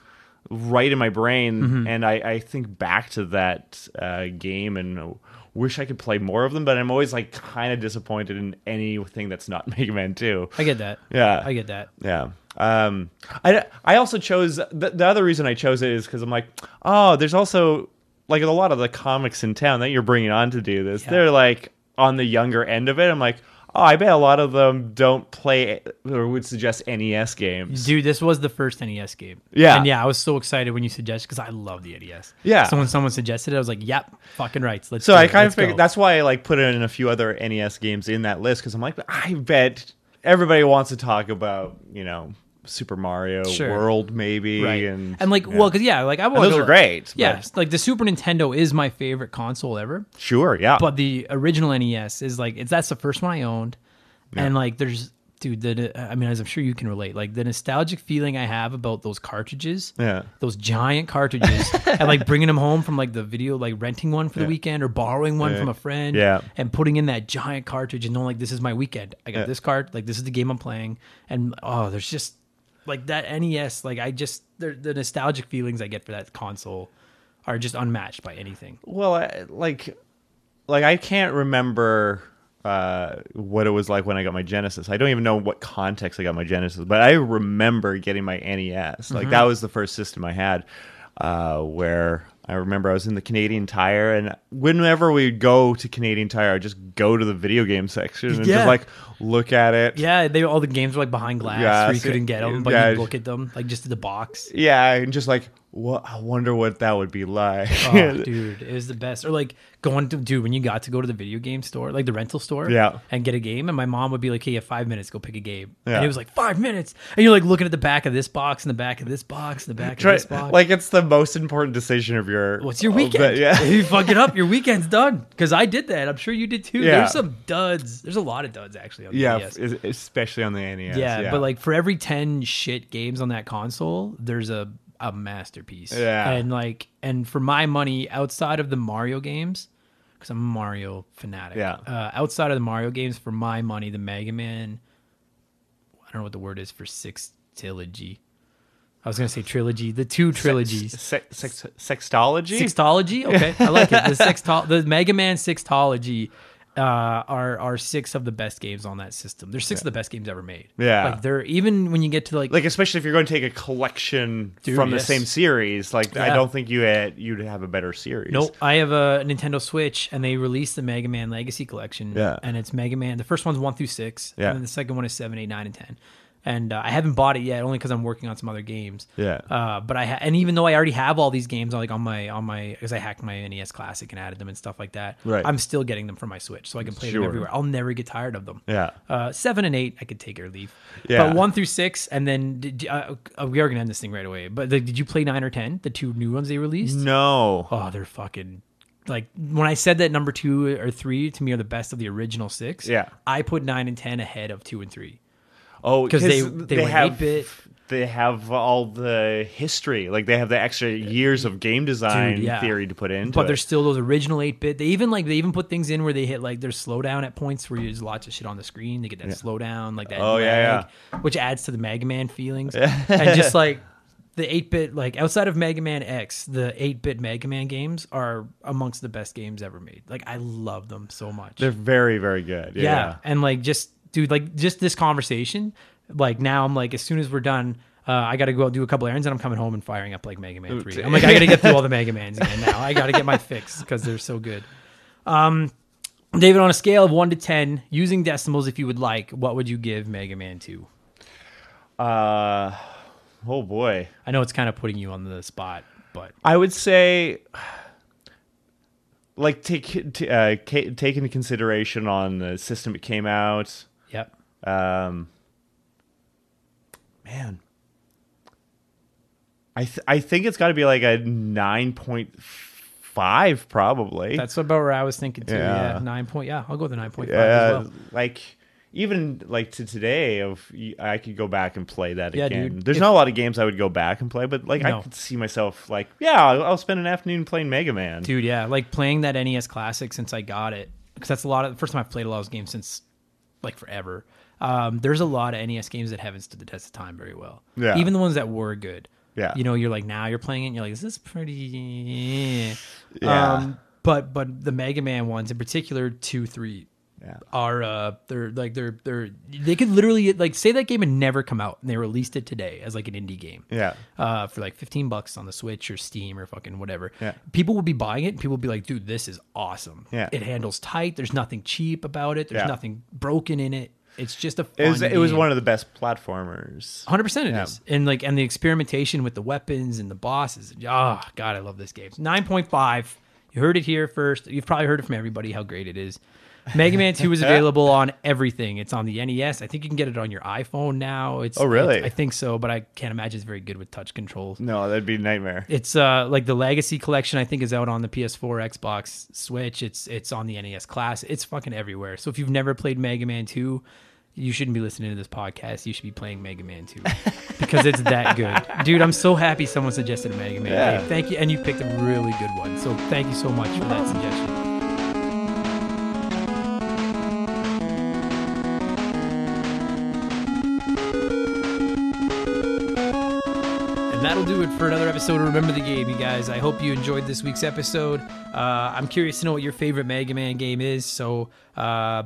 [SPEAKER 3] right in my brain, and I, I think back to that uh, game and. Wish I could play more of them, but I'm always like kind of disappointed in anything that's not Mega Man 2.
[SPEAKER 2] I get that.
[SPEAKER 3] Yeah.
[SPEAKER 2] I get that.
[SPEAKER 3] Yeah. Um, I, I also chose the, the other reason I chose it is because I'm like, oh, there's also like a lot of the comics in town that you're bringing on to do this. They're like on the younger end of it. I'm like, Oh, I bet a lot of them don't play or would suggest NES games.
[SPEAKER 2] Dude, this was the first NES game.
[SPEAKER 3] Yeah.
[SPEAKER 2] And yeah, I was so excited when you suggested because I love the NES.
[SPEAKER 3] Yeah.
[SPEAKER 2] So when someone suggested it, I was like, yep, fucking right. Let's
[SPEAKER 3] So
[SPEAKER 2] do
[SPEAKER 3] I
[SPEAKER 2] it.
[SPEAKER 3] kind of
[SPEAKER 2] Let's
[SPEAKER 3] figured
[SPEAKER 2] go.
[SPEAKER 3] that's why I like put in a few other NES games in that list because I'm like, I bet everybody wants to talk about you know Super Mario
[SPEAKER 2] Sure.
[SPEAKER 3] World maybe
[SPEAKER 2] right.
[SPEAKER 3] and
[SPEAKER 2] And, like, well, because yeah, like I
[SPEAKER 3] And
[SPEAKER 2] was.
[SPEAKER 3] those are great. but
[SPEAKER 2] Yeah. Like the Super Nintendo is my favorite console ever.
[SPEAKER 3] sure, yeah.
[SPEAKER 2] but the original NES is like it's that's the first one I owned, and like there's dude the I mean as I'm sure you can relate like the nostalgic feeling I have about those cartridges,
[SPEAKER 3] Yeah.
[SPEAKER 2] those giant cartridges, and like bringing them home from like the video like renting one for the weekend or borrowing one
[SPEAKER 3] Yeah.
[SPEAKER 2] from a friend,
[SPEAKER 3] Yeah.
[SPEAKER 2] and putting in that giant cartridge and knowing like this is my weekend, I got
[SPEAKER 3] Yeah.
[SPEAKER 2] this card, like this is the game I'm playing, and oh there's just like that NES like I just the, the nostalgic feelings I get for that console are just unmatched by anything.
[SPEAKER 3] Well, I, like, like I can't remember uh, what it was like when I got my Genesis. I don't even know what context I got my Genesis, but I remember getting my NES.
[SPEAKER 2] Mm-hmm.
[SPEAKER 3] Like that was the first system I had, uh, where I remember I was in the Canadian Tire, and whenever we would go to Canadian Tire, I'd just go to the video game section and
[SPEAKER 2] Yeah.
[SPEAKER 3] just like look at it.
[SPEAKER 2] Yeah, they all the games were like behind glass
[SPEAKER 3] Yeah,
[SPEAKER 2] where you
[SPEAKER 3] so-
[SPEAKER 2] couldn't get them, but
[SPEAKER 3] yeah.
[SPEAKER 2] you look at them like just at the box.
[SPEAKER 3] Yeah, and just like, what? I wonder what that would be like.
[SPEAKER 2] Oh, dude, it was the best. Or like going to dude when you got to go to the video game store, like the rental store,
[SPEAKER 3] Yeah.
[SPEAKER 2] and get a game. And my mom would be like, "Hey, you have five minutes, go pick a game."
[SPEAKER 3] Yeah.
[SPEAKER 2] And it was like five minutes, and you're like looking at the back of this box, and the back of this box, and the back
[SPEAKER 3] Try-
[SPEAKER 2] of this box.
[SPEAKER 3] like it's the most important decision of your.
[SPEAKER 2] What's your
[SPEAKER 3] of the-
[SPEAKER 2] weekend?
[SPEAKER 3] yeah.
[SPEAKER 2] If you fuck it up, your weekend's done. Because I did that. I'm sure you did too.
[SPEAKER 3] Yeah.
[SPEAKER 2] There's some duds. There's a lot of duds actually. On the E
[SPEAKER 3] Yeah,
[SPEAKER 2] NES.
[SPEAKER 3] f- es- especially on the E NES.
[SPEAKER 2] yeah, but like for every 10 shit games on that console, there's a a masterpiece.
[SPEAKER 3] Yeah.
[SPEAKER 2] And like and for my money outside of the Mario games cuz I'm a Mario fanatic.
[SPEAKER 3] Yeah.
[SPEAKER 2] Uh, outside of the Mario games for my money, the Mega Man I don't know what the word is for six trilogy. I was going to say trilogy, the two trilogies.
[SPEAKER 3] sex, sex, sextology.
[SPEAKER 2] Sextology. Okay, I like it. The sextol, the Mega Man sextology, uh, are are six of the best games on that system. They're six of the best games ever made.
[SPEAKER 3] Yeah.
[SPEAKER 2] like they're even when you get to like,
[SPEAKER 3] like especially if you're going to take a collection
[SPEAKER 2] Dude,
[SPEAKER 3] from
[SPEAKER 2] yes.
[SPEAKER 3] the same series, like I
[SPEAKER 2] Yeah.
[SPEAKER 3] don't think you had, you'd have a better series.
[SPEAKER 2] no, I have a Nintendo Switch and they released the Mega Man Legacy Collection.
[SPEAKER 3] Yeah.
[SPEAKER 2] and it's Mega Man. The first one's one through six.
[SPEAKER 3] Yeah.
[SPEAKER 2] and then the second one is seven, eight, nine, and ten. And uh, I haven't bought it yet, only because I'm working on some other games.
[SPEAKER 3] Yeah.
[SPEAKER 2] Uh, but I ha- and even though I already have all these games, like on my on my because I hacked my NES Classic and added them and stuff like that.
[SPEAKER 3] Right.
[SPEAKER 2] I'm still getting them for my Switch, so I can play
[SPEAKER 3] Sure.
[SPEAKER 2] them everywhere. I'll never get tired of them.
[SPEAKER 3] Yeah.
[SPEAKER 2] Uh, seven and eight, I could take or leave.
[SPEAKER 3] Yeah.
[SPEAKER 2] But one through six, and then did, uh, uh, we are gonna end this thing right away. But like, did you play nine or ten? The two new ones they released.
[SPEAKER 3] No.
[SPEAKER 2] Oh, they're fucking like when I said that number two or three to me are the best of the original six.
[SPEAKER 3] Yeah.
[SPEAKER 2] I put nine and ten ahead of two and three.
[SPEAKER 3] Oh,
[SPEAKER 2] 'Cause they- they went
[SPEAKER 3] have
[SPEAKER 2] 8-bit.
[SPEAKER 3] they have all the history, like they have the extra years of game design
[SPEAKER 2] Dude, yeah.
[SPEAKER 3] theory to put into
[SPEAKER 2] But
[SPEAKER 3] it.
[SPEAKER 2] there's still those original eight bit. They even like they even put things in where they hit like there's slowdown at points where there's lots of shit on the screen. They get that slowdown like that.
[SPEAKER 3] Oh, yeah,
[SPEAKER 2] lag, which adds to the Mega Man feelings and just like the eight bit like outside of Mega Man X, the eight bit Mega Man games are amongst the best games ever made. Like I love them so much.
[SPEAKER 3] They're very very good. Yeah.
[SPEAKER 2] yeah. and like just dude like just this conversation like now i'm like as soon as we're done uh, i gotta go out do a couple errands and i'm coming home and firing up like mega man 3 i'm like i gotta get through all the mega mans again now i gotta get my fix because they're so good um david on a scale of 1 to 10 using decimals if you would like what would you give mega man 2
[SPEAKER 3] Uh, oh boy.
[SPEAKER 2] i know it's kind of putting you on the spot but
[SPEAKER 3] I would say, like take t- uh, ca- take into consideration on the system it came out.
[SPEAKER 2] yep
[SPEAKER 3] Um, man, I th- I think it's got to be like a nine point five, probably.
[SPEAKER 2] that's about where i was thinking too yeah,
[SPEAKER 3] Yeah.
[SPEAKER 2] 9 point yeah i'll go with the 9.5
[SPEAKER 3] yeah,
[SPEAKER 2] as well
[SPEAKER 3] Uh, like even like to today of y- I could go back and play that
[SPEAKER 2] Yeah,
[SPEAKER 3] again.
[SPEAKER 2] dude.
[SPEAKER 3] There's
[SPEAKER 2] If-
[SPEAKER 3] not a lot of games I would go back and play, but like I
[SPEAKER 2] No.
[SPEAKER 3] could see myself like yeah, I'll, I'll spend an afternoon playing Mega Man.
[SPEAKER 2] Dude, yeah, like playing that NES classic since I got it because that's a lot of the first time I've played a lot of those games since like forever. Um, there's a lot of NES games that haven't stood the test of time very well.
[SPEAKER 3] Yeah.
[SPEAKER 2] Even the ones that were good.
[SPEAKER 3] Yeah.
[SPEAKER 2] You know, you're like now you're playing it and you're like, this is pretty eh.
[SPEAKER 3] Yeah.
[SPEAKER 2] Um but but the Mega Man ones in particular, two, three,
[SPEAKER 3] Yeah.
[SPEAKER 2] are uh they're like they're they're they could literally like say that game had never come out and they released it today as like an indie game
[SPEAKER 3] Yeah.
[SPEAKER 2] uh for like 15 bucks on the switch or steam or fucking whatever
[SPEAKER 3] Yeah.
[SPEAKER 2] people would be buying it and people would be like dude this is awesome
[SPEAKER 3] Yeah.
[SPEAKER 2] it handles tight there's nothing cheap about it there's
[SPEAKER 3] Yeah.
[SPEAKER 2] nothing broken in it it's just a fun
[SPEAKER 3] It was, it was
[SPEAKER 2] game.
[SPEAKER 3] one of the best platformers.
[SPEAKER 2] Hundred percent, it is,
[SPEAKER 3] Yeah.
[SPEAKER 2] and like, and the experimentation with the weapons and the bosses. Oh God, I love this game. Nine point five. You heard it here first. You've probably heard it from everybody how great it is. Mega Man Two is available on everything. It's on the NES. I think you can get it on your iPhone now. It's
[SPEAKER 3] Oh, really?
[SPEAKER 2] it's- I think so, but I can't imagine it's very good with touch controls.
[SPEAKER 3] No, that'd be a nightmare.
[SPEAKER 2] It's uh like the Legacy Collection. I think is out on the PS4, Xbox, Switch. It's it's on the NES class. It's fucking everywhere. So if you've never played Mega Man Two, you shouldn't be listening to this podcast. You should be playing Mega Man Two because it's that good, dude. I'm so happy someone suggested a Mega Man.
[SPEAKER 3] Yeah.
[SPEAKER 2] game. Thank you, and you picked a really good one. So thank you so much for that suggestion. And that'll do it for another episode of Remember the Game, you guys. I hope you enjoyed this week's episode. Uh, I'm curious to know what your favorite Mega Man game is. So uh,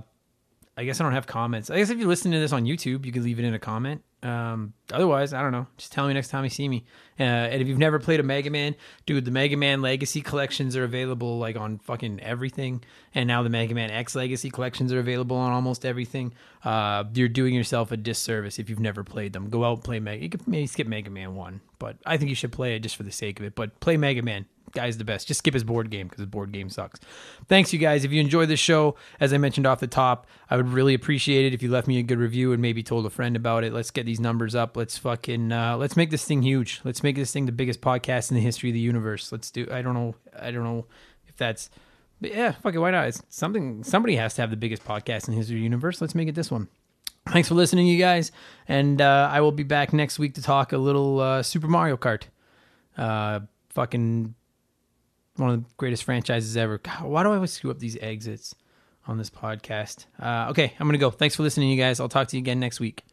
[SPEAKER 2] I guess I don't have comments. I guess if you listen to this on YouTube, you can leave it in a comment. Um, otherwise, I don't know. Just tell me next time you see me. Uh, and if you've never played a Mega Man, dude, the Mega Man Legacy collections are available like on fucking everything. And now the Mega Man X Legacy collections are available on almost everything. Uh, you're doing yourself a disservice if you've never played them. Go out and play Mega. You could maybe skip Mega Man One, but I think you should play it just for the sake of it. But play Mega Man guy's the best. Just skip his board game because his board game sucks. Thanks, you guys. If you enjoyed this show, as I mentioned off the top, I would really appreciate it if you left me a good review and maybe told a friend about it. Let's get these numbers up. Let's fucking uh, let's make this thing huge. Let's make this thing the biggest podcast in the history of the universe. Let's do. I don't know. I don't know if that's. But yeah, fuck it. Why not? It's something. Somebody has to have the biggest podcast in the history of the universe. Let's make it this one. Thanks for listening, you guys, and uh, I will be back next week to talk a little uh, Super Mario Kart. Uh, fucking one of the greatest franchises ever. God, why do I always screw up these exits on this podcast? Uh, okay, I'm going to go. Thanks for listening, you guys. I'll talk to you again next week.